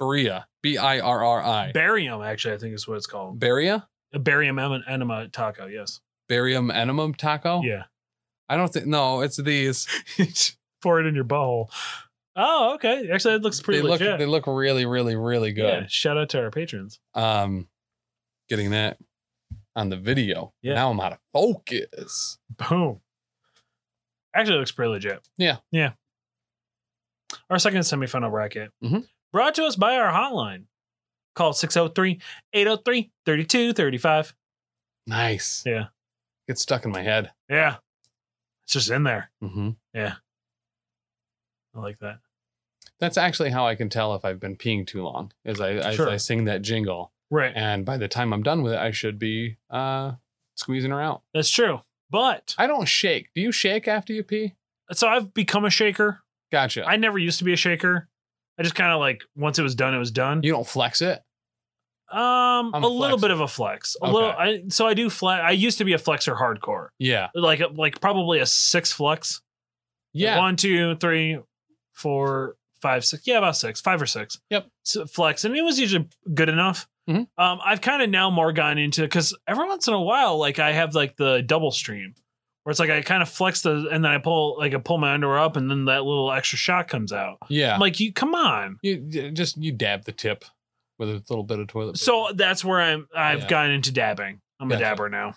Speaker 3: Birria, B I R R I.
Speaker 2: Barium, actually, I think is what it's called.
Speaker 3: Birria,
Speaker 2: A barium em- enema taco, yes.
Speaker 3: barium enema taco.
Speaker 2: Yeah.
Speaker 3: I don't think. No, it's these.
Speaker 2: Pour it in your butthole. Oh, okay. Actually, that looks pretty
Speaker 3: they look.
Speaker 2: legit.
Speaker 3: They look really, really, really
Speaker 2: Yeah,
Speaker 3: good.
Speaker 2: shout out to our patrons.
Speaker 3: Um, getting that on the video.
Speaker 2: Yeah.
Speaker 3: Now I'm out of focus.
Speaker 2: Boom. Actually, it looks pretty legit.
Speaker 3: Yeah.
Speaker 2: Yeah. Our second semifinal bracket
Speaker 3: Mhm.
Speaker 2: brought to us by our hotline. Call 603 803 3235.
Speaker 3: Nice.
Speaker 2: Yeah.
Speaker 3: Gets stuck in my head.
Speaker 2: Yeah. It's just in there.
Speaker 3: Mm-hmm.
Speaker 2: I like that.
Speaker 3: That's actually how I can tell if I've been peeing too long. Is I as
Speaker 2: Sure.
Speaker 3: I sing that jingle,
Speaker 2: Right.
Speaker 3: and by the time I'm done with it, I should be uh, squeezing her out.
Speaker 2: That's true. But
Speaker 3: I don't shake. Do you shake after you pee?
Speaker 2: so I've become a shaker.
Speaker 3: Gotcha.
Speaker 2: I never used to be a shaker. I just kind of like once it was done, it was done.
Speaker 3: you don't flex it.
Speaker 2: um,
Speaker 3: I'm
Speaker 2: a
Speaker 3: a
Speaker 2: little bit of a flex. A
Speaker 3: Okay.
Speaker 2: little. I so I do flex. I used to be a flexor hardcore,
Speaker 3: Yeah.
Speaker 2: like like probably a six flex.
Speaker 3: Yeah.
Speaker 2: One, two, three, four, five, six. Yeah, about six, five or six.
Speaker 3: Yep.
Speaker 2: So flex, and it was usually good enough.
Speaker 3: Mhm.
Speaker 2: Um, I've kind of now more gone into because every once in a while, like I have like the double stream where it's like I kind of flex the and then I pull like I pull my underwear up and then that little extra shot comes out.
Speaker 3: yeah.
Speaker 2: I'm like, you come on.
Speaker 3: you you just you dab the tip with a little bit of toilet. paper.
Speaker 2: So that's where I'm. I've
Speaker 3: Yeah.
Speaker 2: gotten into dabbing. I'm a
Speaker 3: Gotcha.
Speaker 2: dabber now.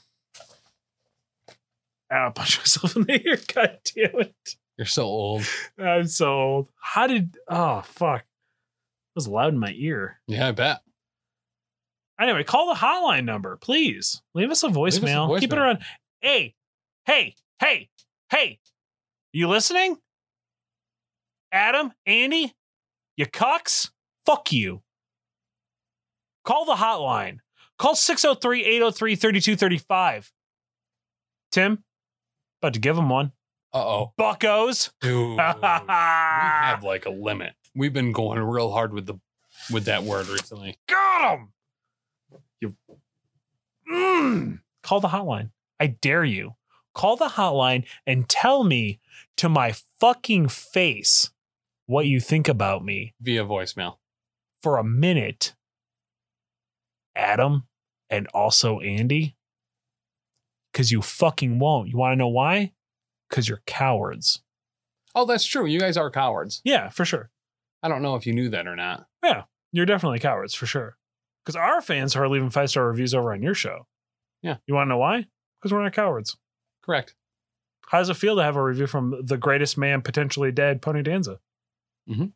Speaker 2: Ow, I punched myself in the ear. *laughs* God damn it.
Speaker 3: you're so old.
Speaker 2: I'm so old. How did oh fuck. It was loud in my ear.
Speaker 3: Yeah, I bet.
Speaker 2: Anyway, call the hotline number, please. Leave us a
Speaker 3: us a
Speaker 2: voicemail. Keep it
Speaker 3: voicemail.
Speaker 2: around. Hey, hey, hey, hey. You listening? Adam, Andy, you cocks? Fuck you. Call the hotline. Call 603 803 3235. Tim, about to give him one. *laughs*
Speaker 3: Uh oh,
Speaker 2: Buckos.
Speaker 3: dude. we have like a limit. We've been going real hard with the with that word recently.
Speaker 2: Got him. You. Mm. Call the hotline. I dare you. Call the hotline and tell me to my fucking face what you think about me
Speaker 3: Via voicemail.
Speaker 2: for a minute. Adam and also Andy. Because you fucking won't. You want to know why? Because you're cowards.
Speaker 3: Oh, that's true. You guys are cowards.
Speaker 2: Yeah, for sure.
Speaker 3: I don't know if you knew that or not.
Speaker 2: You're definitely cowards, for sure. Because our fans are leaving five star reviews over on your show.
Speaker 3: Yeah.
Speaker 2: You want to know why? Because we're not cowards.
Speaker 3: Correct.
Speaker 2: How does it feel to have a review from the greatest man potentially dead, Pony Danza?
Speaker 3: Mhm.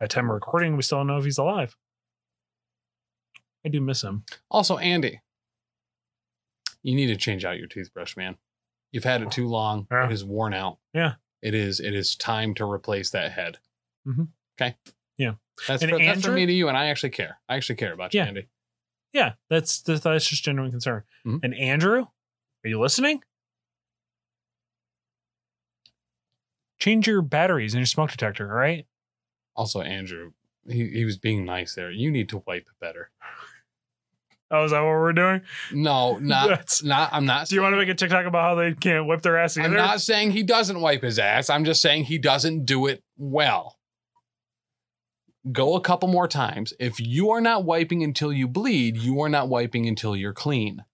Speaker 2: At time of recording, we still don't know if he's alive. I do miss him.
Speaker 3: Also, Andy, you need to change out your toothbrush, man. You've had it too long.
Speaker 2: Yeah.
Speaker 3: It is worn out.
Speaker 2: Yeah.
Speaker 3: It is. It is time to replace that head.
Speaker 2: Mhm.
Speaker 3: Okay.
Speaker 2: Yeah.
Speaker 3: That's,
Speaker 2: And
Speaker 3: for, that's
Speaker 2: Andrew-
Speaker 3: from me to you, and I actually care. I actually care about you,
Speaker 2: Yeah.
Speaker 3: Andy.
Speaker 2: Yeah, that's that's, that's just genuine concern.
Speaker 3: Mhm.
Speaker 2: And Andrew, are you listening? Change your batteries in your smoke detector, all right?
Speaker 3: Also, Andrew, he, he was being nice there. You need to wipe it better.
Speaker 2: Oh, is that what we're doing? *laughs*
Speaker 3: No, not
Speaker 2: That's-
Speaker 3: not. I'm not.
Speaker 2: do you want to make a TikTok about how they can't whip their ass either?
Speaker 3: I'm not saying he doesn't wipe his ass. I'm just saying he doesn't do it well. Go a couple more times. If you are not wiping until you bleed, you are not wiping until you're clean.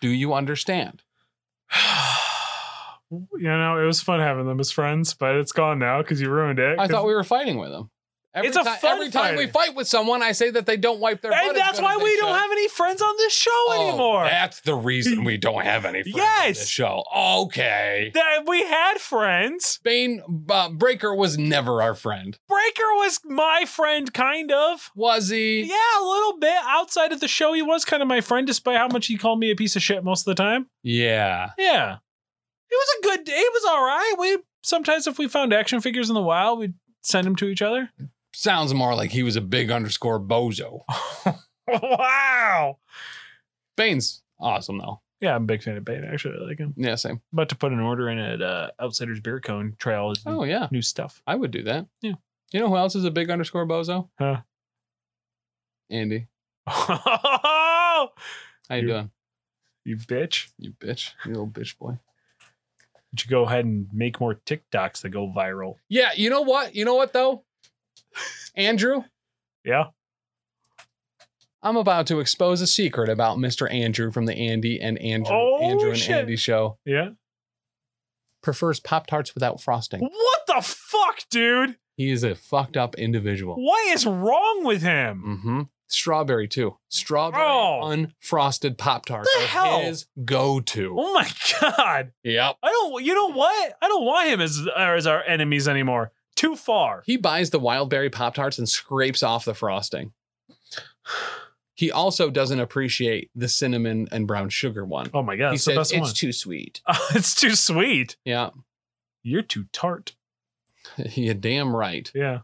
Speaker 3: Do you understand?
Speaker 2: *sighs* you know, it was fun having them as friends, but it's gone now because you ruined it.
Speaker 3: I thought we were fighting with him. Every
Speaker 2: It's a
Speaker 3: ti-
Speaker 2: fun
Speaker 3: every time we
Speaker 2: fighting.
Speaker 3: fight with someone, I say that they don't wipe their. butt
Speaker 2: and
Speaker 3: as
Speaker 2: that's
Speaker 3: good
Speaker 2: why
Speaker 3: as
Speaker 2: we
Speaker 3: they
Speaker 2: don't
Speaker 3: should.
Speaker 2: have any friends on this show
Speaker 3: Oh,
Speaker 2: anymore. That-,
Speaker 3: That's the
Speaker 2: *laughs*
Speaker 3: reason we don't have any friends on
Speaker 2: Yes.
Speaker 3: this show. Okay.
Speaker 2: we had friends.
Speaker 3: Bane uh, Breaker was never our friend.
Speaker 2: Breaker was my friend, kind of.
Speaker 3: Was he?
Speaker 2: Yeah, a little bit outside of the show. He was kind of my friend, despite how much he called me a piece of shit most of the time.
Speaker 3: Yeah.
Speaker 2: Yeah, it was a good. It was all right. We sometimes, if we found action figures in the wild, we'd send them to each
Speaker 3: *laughs*
Speaker 2: other.
Speaker 3: Sounds more like he was a big underscore bozo.
Speaker 2: wow.
Speaker 3: Bane's awesome though.
Speaker 2: Yeah, I'm a big fan of Bane. Actually, I like him.
Speaker 3: Yeah, same.
Speaker 2: about to put an order in at uh, Outsiders Beer Cone. Try all his
Speaker 3: Oh yeah,
Speaker 2: new stuff. *laughs*
Speaker 3: I would do that.
Speaker 2: Yeah.
Speaker 3: You know who else is a big underscore bozo?
Speaker 2: Huh.
Speaker 3: Andy, how you
Speaker 2: You-
Speaker 3: doing?
Speaker 2: you bitch.
Speaker 3: You bitch, you little bitch boy.
Speaker 2: You should go ahead and make more TikToks that go viral.
Speaker 3: Yeah, you know what? You know what though? Andrew,
Speaker 2: Yeah.
Speaker 3: I'm about to expose a secret about Mr. Andrew from the Andy and Andrew
Speaker 2: Oh,
Speaker 3: Andrew and
Speaker 2: shit.
Speaker 3: Andy show.
Speaker 2: Yeah.
Speaker 3: Prefers Pop Tarts without frosting.
Speaker 2: What the fuck, dude?
Speaker 3: He is a fucked up individual.
Speaker 2: What is wrong with him?
Speaker 3: Mm-hmm. Strawberry too. Strawberry
Speaker 2: Oh.
Speaker 3: unfrosted Pop Tart.
Speaker 2: The hell?
Speaker 3: His go-to.
Speaker 2: Oh my *laughs* god.
Speaker 3: Yep.
Speaker 2: I don't you know what? I don't want him as or as our enemies anymore. Too far.
Speaker 3: He buys the wild berry Pop Tarts and scrapes off the frosting. He also doesn't appreciate the cinnamon and brown sugar one.
Speaker 2: Oh my god,
Speaker 3: he
Speaker 2: it's the
Speaker 3: says
Speaker 2: best *laughs*
Speaker 3: it's
Speaker 2: one.
Speaker 3: too sweet. *laughs*
Speaker 2: it's too sweet.
Speaker 3: Yeah.
Speaker 2: You're too tart.
Speaker 3: you damn right.
Speaker 2: Yeah.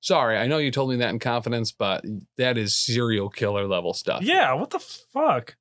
Speaker 3: Sorry, I know you told me that in confidence, but that is serial killer level stuff.
Speaker 2: Yeah, what the fuck?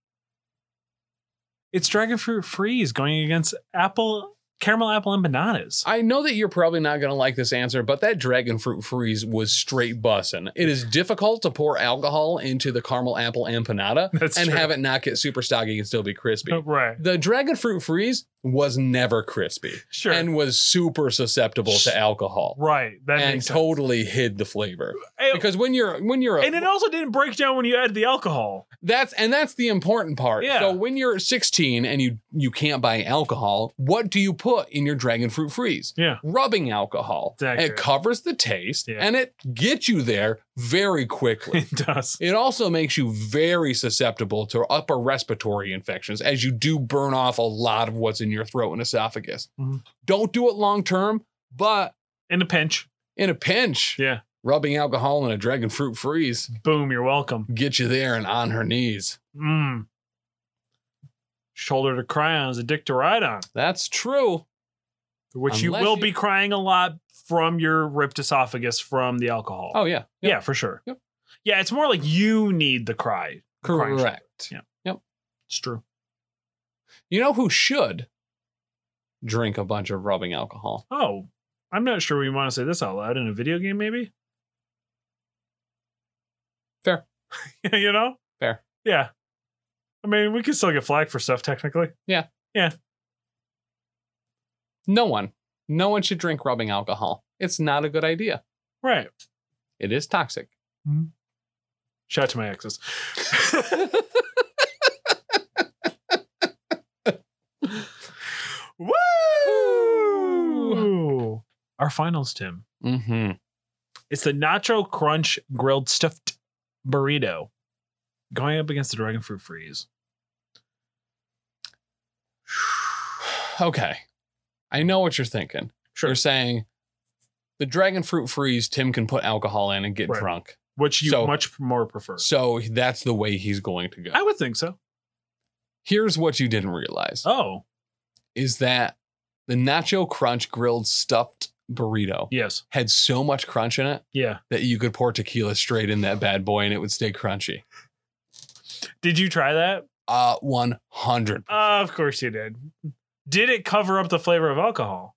Speaker 2: It's dragon fruit freeze going against apple, caramel apple, and bananas.
Speaker 3: I know that you're probably not going to like this answer, but that dragon fruit freeze was straight bussin'. It is difficult to pour alcohol into the caramel apple empanada
Speaker 2: *laughs* That's
Speaker 3: and
Speaker 2: true. *laughs*
Speaker 3: have it not get super soggy and still be crispy.
Speaker 2: Oh, right.
Speaker 3: The dragon fruit freeze was never crispy
Speaker 2: Sure.
Speaker 3: and was super susceptible to alcohol
Speaker 2: right. That
Speaker 3: and
Speaker 2: makes sense.
Speaker 3: totally hid the flavor.
Speaker 2: Hey,
Speaker 3: Because when you're when you're a,
Speaker 2: and it also didn't break down when you added the alcohol.
Speaker 3: that's and that's the important part.
Speaker 2: Yeah.
Speaker 3: So when you're 16 and you you can't buy alcohol, what do you put in your dragon fruit freeze?
Speaker 2: Yeah. *laughs*
Speaker 3: Rubbing alcohol.
Speaker 2: Exactly.
Speaker 3: It covers the taste
Speaker 2: Yeah.
Speaker 3: and it gets you there very quickly.
Speaker 2: It does.
Speaker 3: it also makes you very susceptible to upper respiratory infections as you do burn off a lot of what's in your throat and esophagus.
Speaker 2: Mhm.
Speaker 3: Don't do it long term, but
Speaker 2: In a pinch.
Speaker 3: in a pinch,
Speaker 2: Yeah.
Speaker 3: rubbing alcohol in a dragon fruit freeze
Speaker 2: Boom, you're welcome.
Speaker 3: get you there and on her knees.
Speaker 2: Mm. Shoulder to cry on is a dick to ride on,
Speaker 3: That's true.
Speaker 2: which you
Speaker 3: Unless
Speaker 2: will
Speaker 3: you-
Speaker 2: be crying a lot from your ripped esophagus from the alcohol.
Speaker 3: Oh yeah. Yep.
Speaker 2: Yeah, for sure.
Speaker 3: Yep.
Speaker 2: Yeah, it's more like you need the cry. crying shoulder.
Speaker 3: Correct.
Speaker 2: Yeah. It's true.
Speaker 3: You know who should drink a bunch of rubbing alcohol?
Speaker 2: Oh, I'm not sure we want to say this out loud in a video game, maybe.
Speaker 3: Fair.
Speaker 2: *laughs* you know?
Speaker 3: Fair.
Speaker 2: Yeah. I mean, we could still get flagged for stuff technically.
Speaker 3: No one. No one should drink rubbing alcohol. It's not a good idea.
Speaker 2: Right.
Speaker 3: It is toxic.
Speaker 2: Shout out to my
Speaker 3: *laughs*
Speaker 2: exes. *laughs* Woo! Our finals, Tim.
Speaker 3: Mm-hmm.
Speaker 2: It's the Nacho Crunch Grilled Stuffed Burrito going up against the Dragon Fruit Freeze.
Speaker 3: *sighs* Okay. I know what you're thinking.
Speaker 2: Sure.
Speaker 3: You're saying the dragon fruit freeze Tim can put alcohol in and get
Speaker 2: Right.
Speaker 3: drunk.
Speaker 2: Which you
Speaker 3: So-
Speaker 2: much more prefer.
Speaker 3: So that's the way he's going to go.
Speaker 2: I would think so.
Speaker 3: Here's what you didn't realize
Speaker 2: Oh,
Speaker 3: is that the nacho crunch grilled stuffed burrito
Speaker 2: yes.
Speaker 3: had so much crunch in it
Speaker 2: Yeah.
Speaker 3: that you could pour tequila straight in that bad boy and it would stay crunchy.
Speaker 2: Did you try that?
Speaker 3: Uh 100.
Speaker 2: Uh, of course you did. Did it cover up the flavor of alcohol?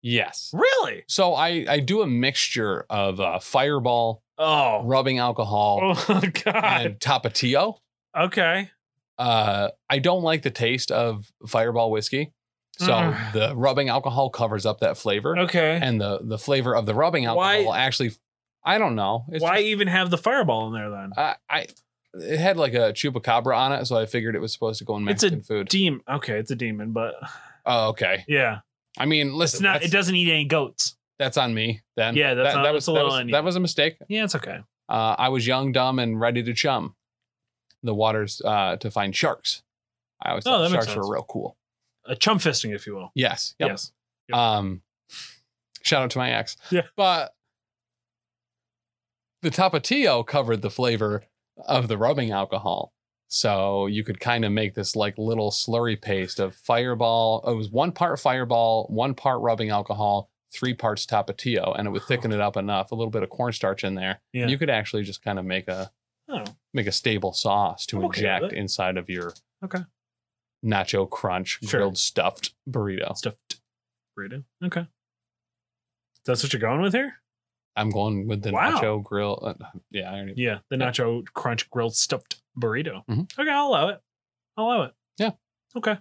Speaker 3: Yes.
Speaker 2: Really?
Speaker 3: So I I do a mixture of uh, fireball,
Speaker 2: Oh.
Speaker 3: rubbing alcohol,
Speaker 2: *laughs* Oh, *laughs* God.
Speaker 3: and tapatio.
Speaker 2: Okay.
Speaker 3: Uh, I don't like the taste of fireball whiskey. So
Speaker 2: Mm.
Speaker 3: the rubbing alcohol covers up that flavor
Speaker 2: Okay.
Speaker 3: and the the flavor of the rubbing
Speaker 2: Why-
Speaker 3: alcohol actually I don't know. It's
Speaker 2: Why
Speaker 3: just-
Speaker 2: even have the fireball in there then?
Speaker 3: I, I it had like a chupacabra on it, so I figured it was supposed to go in
Speaker 2: It's a
Speaker 3: Mexican food.
Speaker 2: Demon. Okay, it's a demon, but
Speaker 3: oh, okay.
Speaker 2: yeah,
Speaker 3: I mean, listen,
Speaker 2: it's not.
Speaker 3: that's-
Speaker 2: It doesn't eat any goats.
Speaker 3: that's on me then.
Speaker 2: Yeah, that's on-
Speaker 3: that
Speaker 2: that's
Speaker 3: was
Speaker 2: a
Speaker 3: that
Speaker 2: little
Speaker 3: was,
Speaker 2: on you.
Speaker 3: that was a mistake.
Speaker 2: Yeah, it's okay.
Speaker 3: Uh, I was young, dumb, and ready to chum the waters uh, to find sharks. I always
Speaker 2: Oh,
Speaker 3: thought
Speaker 2: that makes
Speaker 3: sharks
Speaker 2: sense.
Speaker 3: were real cool.
Speaker 2: A chum fisting, if you will.
Speaker 3: Yes. Yep.
Speaker 2: Yes. Yep.
Speaker 3: Um, shout out to my ex.
Speaker 2: Yeah.
Speaker 3: But the tapatio covered the flavor of the rubbing alcohol. So you could kind of make this like little slurry paste of fireball. It was one part fireball, one part rubbing alcohol, three parts tapatio, and it would thicken it up enough. A little bit of cornstarch in there.
Speaker 2: Yeah.
Speaker 3: You could actually just kind of make a
Speaker 2: Oh,
Speaker 3: make a stable sauce to
Speaker 2: I'm okay with it.
Speaker 3: inject inside of your
Speaker 2: Okay.
Speaker 3: nacho crunch
Speaker 2: Sure.
Speaker 3: grilled stuffed burrito.
Speaker 2: stuffed burrito. Okay. That's what you're going with here?
Speaker 3: I'm going with the
Speaker 2: Wow.
Speaker 3: nacho grill. Uh, yeah, I already,
Speaker 2: Yeah, the
Speaker 3: Yeah.
Speaker 2: nacho crunch grilled stuffed burrito.
Speaker 3: Mhm.
Speaker 2: Okay, I'll allow it. I'll allow it.
Speaker 3: Yeah.
Speaker 2: Okay.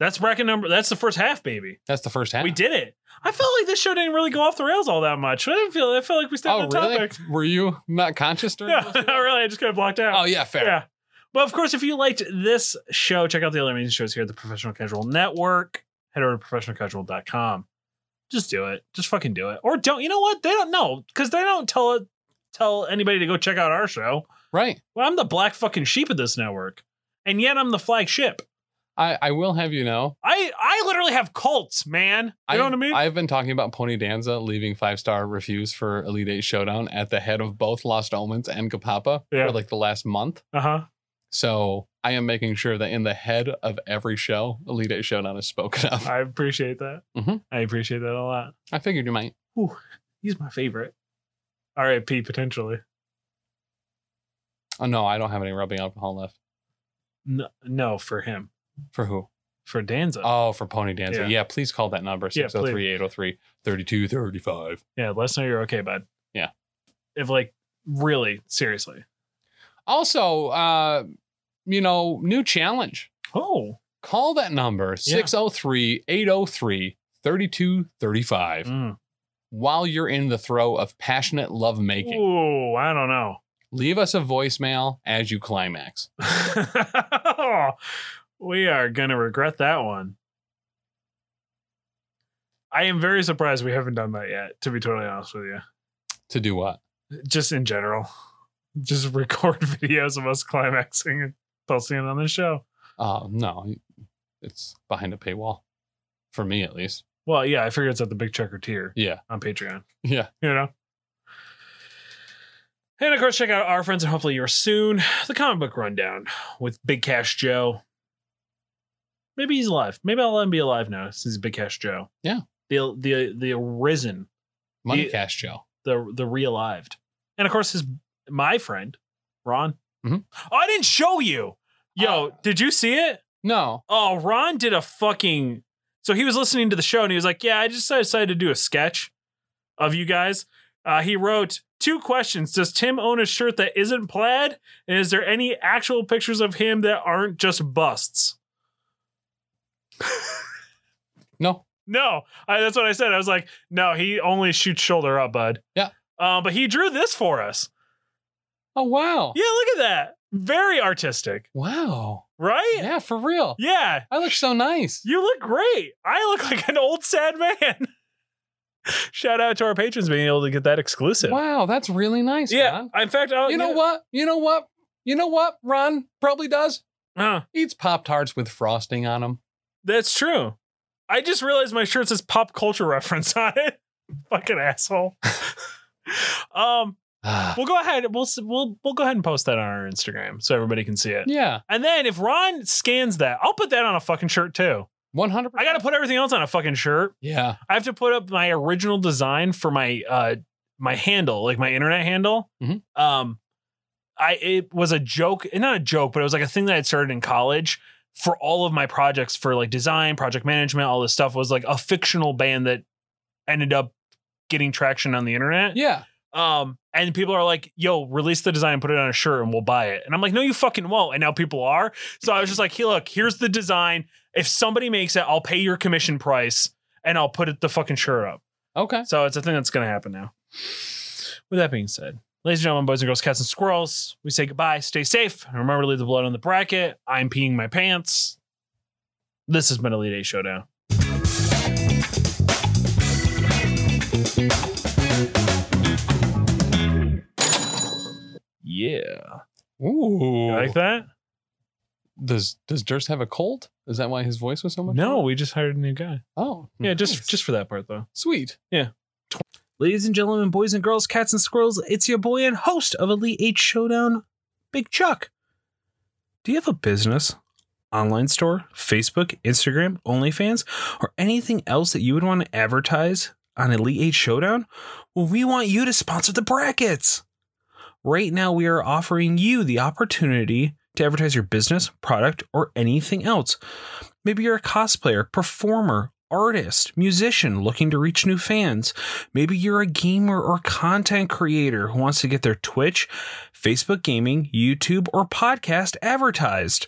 Speaker 2: That's bracket number. That's the first half, baby.
Speaker 3: that's the first half.
Speaker 2: We did it. I felt like this show didn't really go off the rails all that much. I didn't feel. I felt like we stayed
Speaker 3: Oh,
Speaker 2: on
Speaker 3: really?
Speaker 2: topic. *laughs*
Speaker 3: Were you not conscious during?
Speaker 2: No,
Speaker 3: this?
Speaker 2: not *laughs* really. I just kind of blocked out.
Speaker 3: Oh yeah, fair.
Speaker 2: Yeah. But of course, if you liked this show, check out the other amazing shows here at the Professional Casual Network. Head over to professionalcasual.com. Just do it. Just fucking do it. Or don't. You know what? They don't know because they don't tell it tell anybody to go check out our show.
Speaker 3: Right.
Speaker 2: Well, I'm the black fucking sheep of this network, and yet I'm the flagship.
Speaker 3: I, I will have you know.
Speaker 2: I I literally have cults, man. You know what I mean?
Speaker 3: I've been talking about Pony Danza leaving five star reviews for Elite Eight Showdown at the head of both Lost Omens and Kapapa
Speaker 2: Yeah.
Speaker 3: for like the last month.
Speaker 2: uh huh.
Speaker 3: So I I am making sure that in the head of every show, Elite Eight Showdown is spoken of.
Speaker 2: I appreciate that.
Speaker 3: Mhm.
Speaker 2: I appreciate that a lot.
Speaker 3: I figured you might.
Speaker 2: He's my favorite. R.I.P. Potentially.
Speaker 3: Oh no, I don't have any rubbing alcohol left.
Speaker 2: No, no for him.
Speaker 3: For who?
Speaker 2: For Danza.
Speaker 3: Oh, for Pony Dancer.
Speaker 2: Yeah.
Speaker 3: Yeah, please call that number
Speaker 2: Yeah, please.
Speaker 3: 603 803 3235.
Speaker 2: yeah, let us know you're okay, bud.
Speaker 3: Yeah.
Speaker 2: If like really seriously.
Speaker 3: Also, uh, you know, new challenge.
Speaker 2: Oh.
Speaker 3: Call that number 603 803 3235
Speaker 2: Mm.
Speaker 3: while you're in the throw of passionate lovemaking.
Speaker 2: Ooh, I don't know. *laughs*
Speaker 3: Leave us a voicemail as you climax.
Speaker 2: we are going to regret that one. I am very surprised we haven't done that yet, to be totally honest with you.
Speaker 3: To do what?
Speaker 2: Just in general, just *laughs* record videos of us climaxing and posting it on the show.
Speaker 3: Oh, no, it's behind a paywall. For me, at least.
Speaker 2: Well, yeah, I figure it's at the big checker tier
Speaker 3: Yeah.
Speaker 2: on Patreon,
Speaker 3: Yeah.
Speaker 2: you know? And of course, check out our friends and hopefully yours soon. The comic book rundown with Big Cash Joe. Maybe he's alive. Maybe I'll let him be alive now since he's Big Cash Joe.
Speaker 3: Yeah.
Speaker 2: The the the arisen
Speaker 3: Money
Speaker 2: Yeah.
Speaker 3: Cash Joe.
Speaker 2: the the realived. And of course his my friend, Ron.
Speaker 3: Mhm.
Speaker 2: Oh, I didn't show you. Yo,
Speaker 3: Uh,
Speaker 2: did you see it?
Speaker 3: No.
Speaker 2: Oh, Ron did a fucking so he was listening to the show and he was like, Yeah, I just decided to do a sketch of you guys. Uh, he wrote two questions. Does Tim own a shirt that isn't plaid? And is there any actual pictures of him that aren't just busts?
Speaker 3: *laughs* No.
Speaker 2: No, I, that's what I said. I was like, no, he only shoots shoulder up, bud.
Speaker 3: Yeah.
Speaker 2: Uh, but he drew this for us.
Speaker 3: Oh, wow.
Speaker 2: Yeah, look at that. Very artistic,
Speaker 3: Wow.
Speaker 2: right? Yeah.
Speaker 3: Yeah, for real. I look so nice.
Speaker 2: You look great. I look *laughs* like an old sad man. *laughs* Shout out to our patrons being able to get that exclusive.
Speaker 3: Wow, that's really nice.
Speaker 2: Yeah. Oh,
Speaker 3: man.
Speaker 2: In fact, I'll,
Speaker 3: you know what? You know what? You know what? Ron probably does
Speaker 2: Uh,
Speaker 3: eats pop tarts with frosting on them.
Speaker 2: that's true. I just realized my shirt says pop culture *laughs* reference on it. Fucking asshole. *laughs* um, we'll go ahead. We'll s- we'll we'll go ahead and post that on our Instagram so everybody can see it.
Speaker 3: yeah,
Speaker 2: And then if Ron scans that, I'll put that on a fucking shirt too.
Speaker 3: one hundred.
Speaker 2: I got to put everything else on a fucking shirt.
Speaker 3: Yeah,
Speaker 2: I have to put up my original design for my uh my handle, like my internet handle.
Speaker 3: Mhm.
Speaker 2: Um, I it was a joke, not a joke, but it was like a thing that I had started in college for all of my projects for like design, project management, all this stuff was like a fictional band that ended up getting traction on the internet.
Speaker 3: yeah.
Speaker 2: Um, and people are like, yo, release the design and put it on a shirt and we'll buy it. And I'm like, no, you fucking won't. And now people are. So I was just like, hey, look, here's the design. If somebody makes it, I'll pay your commission price and I'll put it, the fucking shirt up.
Speaker 3: Okay.
Speaker 2: So it's a thing that's going to happen now. With that being said, ladies and gentlemen, boys and girls, cats and squirrels, we say goodbye. Stay safe. And remember to leave the blood on the bracket. I'm peeing my pants. This has been Elite Eight Showdown. Yeah.
Speaker 3: Ooh.
Speaker 2: You like that?
Speaker 3: Does Does Durst have a cold? Is that why his voice was so much?
Speaker 2: No, we just hired a new guy.
Speaker 3: Oh,
Speaker 2: Yeah,
Speaker 3: nice.
Speaker 2: just just for that part though.
Speaker 3: sweet.
Speaker 2: Ladies and gentlemen, boys and girls, cats and squirrels, it's your boy and host of Elite Eight Showdown, Big Chuck. Do you have a business, online store, Facebook, Instagram, OnlyFans, or anything else that you would want to advertise on Elite Eight Showdown? Well, we want you to sponsor the brackets. Right now, we are offering you the opportunity to advertise your business, product, or anything else. Maybe you're a cosplayer, performer, artist, musician looking to reach new fans. Maybe you're a gamer or content creator who wants to get their Twitch, Facebook gaming, YouTube, or podcast advertised.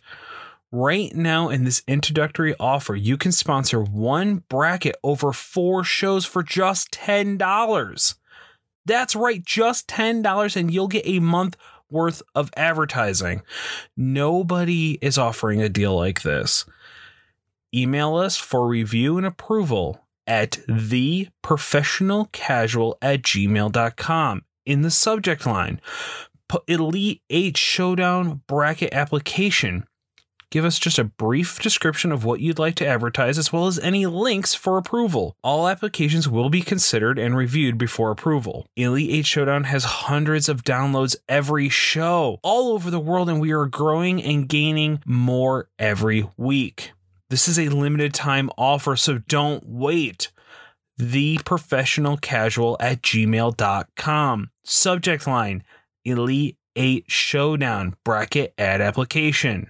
Speaker 2: Right now, in this introductory offer, you can sponsor one bracket over four shows for just $10. That's right, just $10, and you'll get a month worth of advertising. Nobody is offering a deal like this email us for review and approval at theprofessionalcasual at gmail.com in the subject line. Put Elite 8 Showdown bracket application.
Speaker 4: Give us just a brief description of what you'd like to advertise, as well as any links for approval. All applications will be considered and reviewed before approval. Elite 8 Showdown has hundreds of downloads every show all over the world, and we are growing and gaining more every week. This is a limited time offer, so don't wait theprofessionalcasual at gmail.com. Subject line Elite 8 Showdown bracket ad application.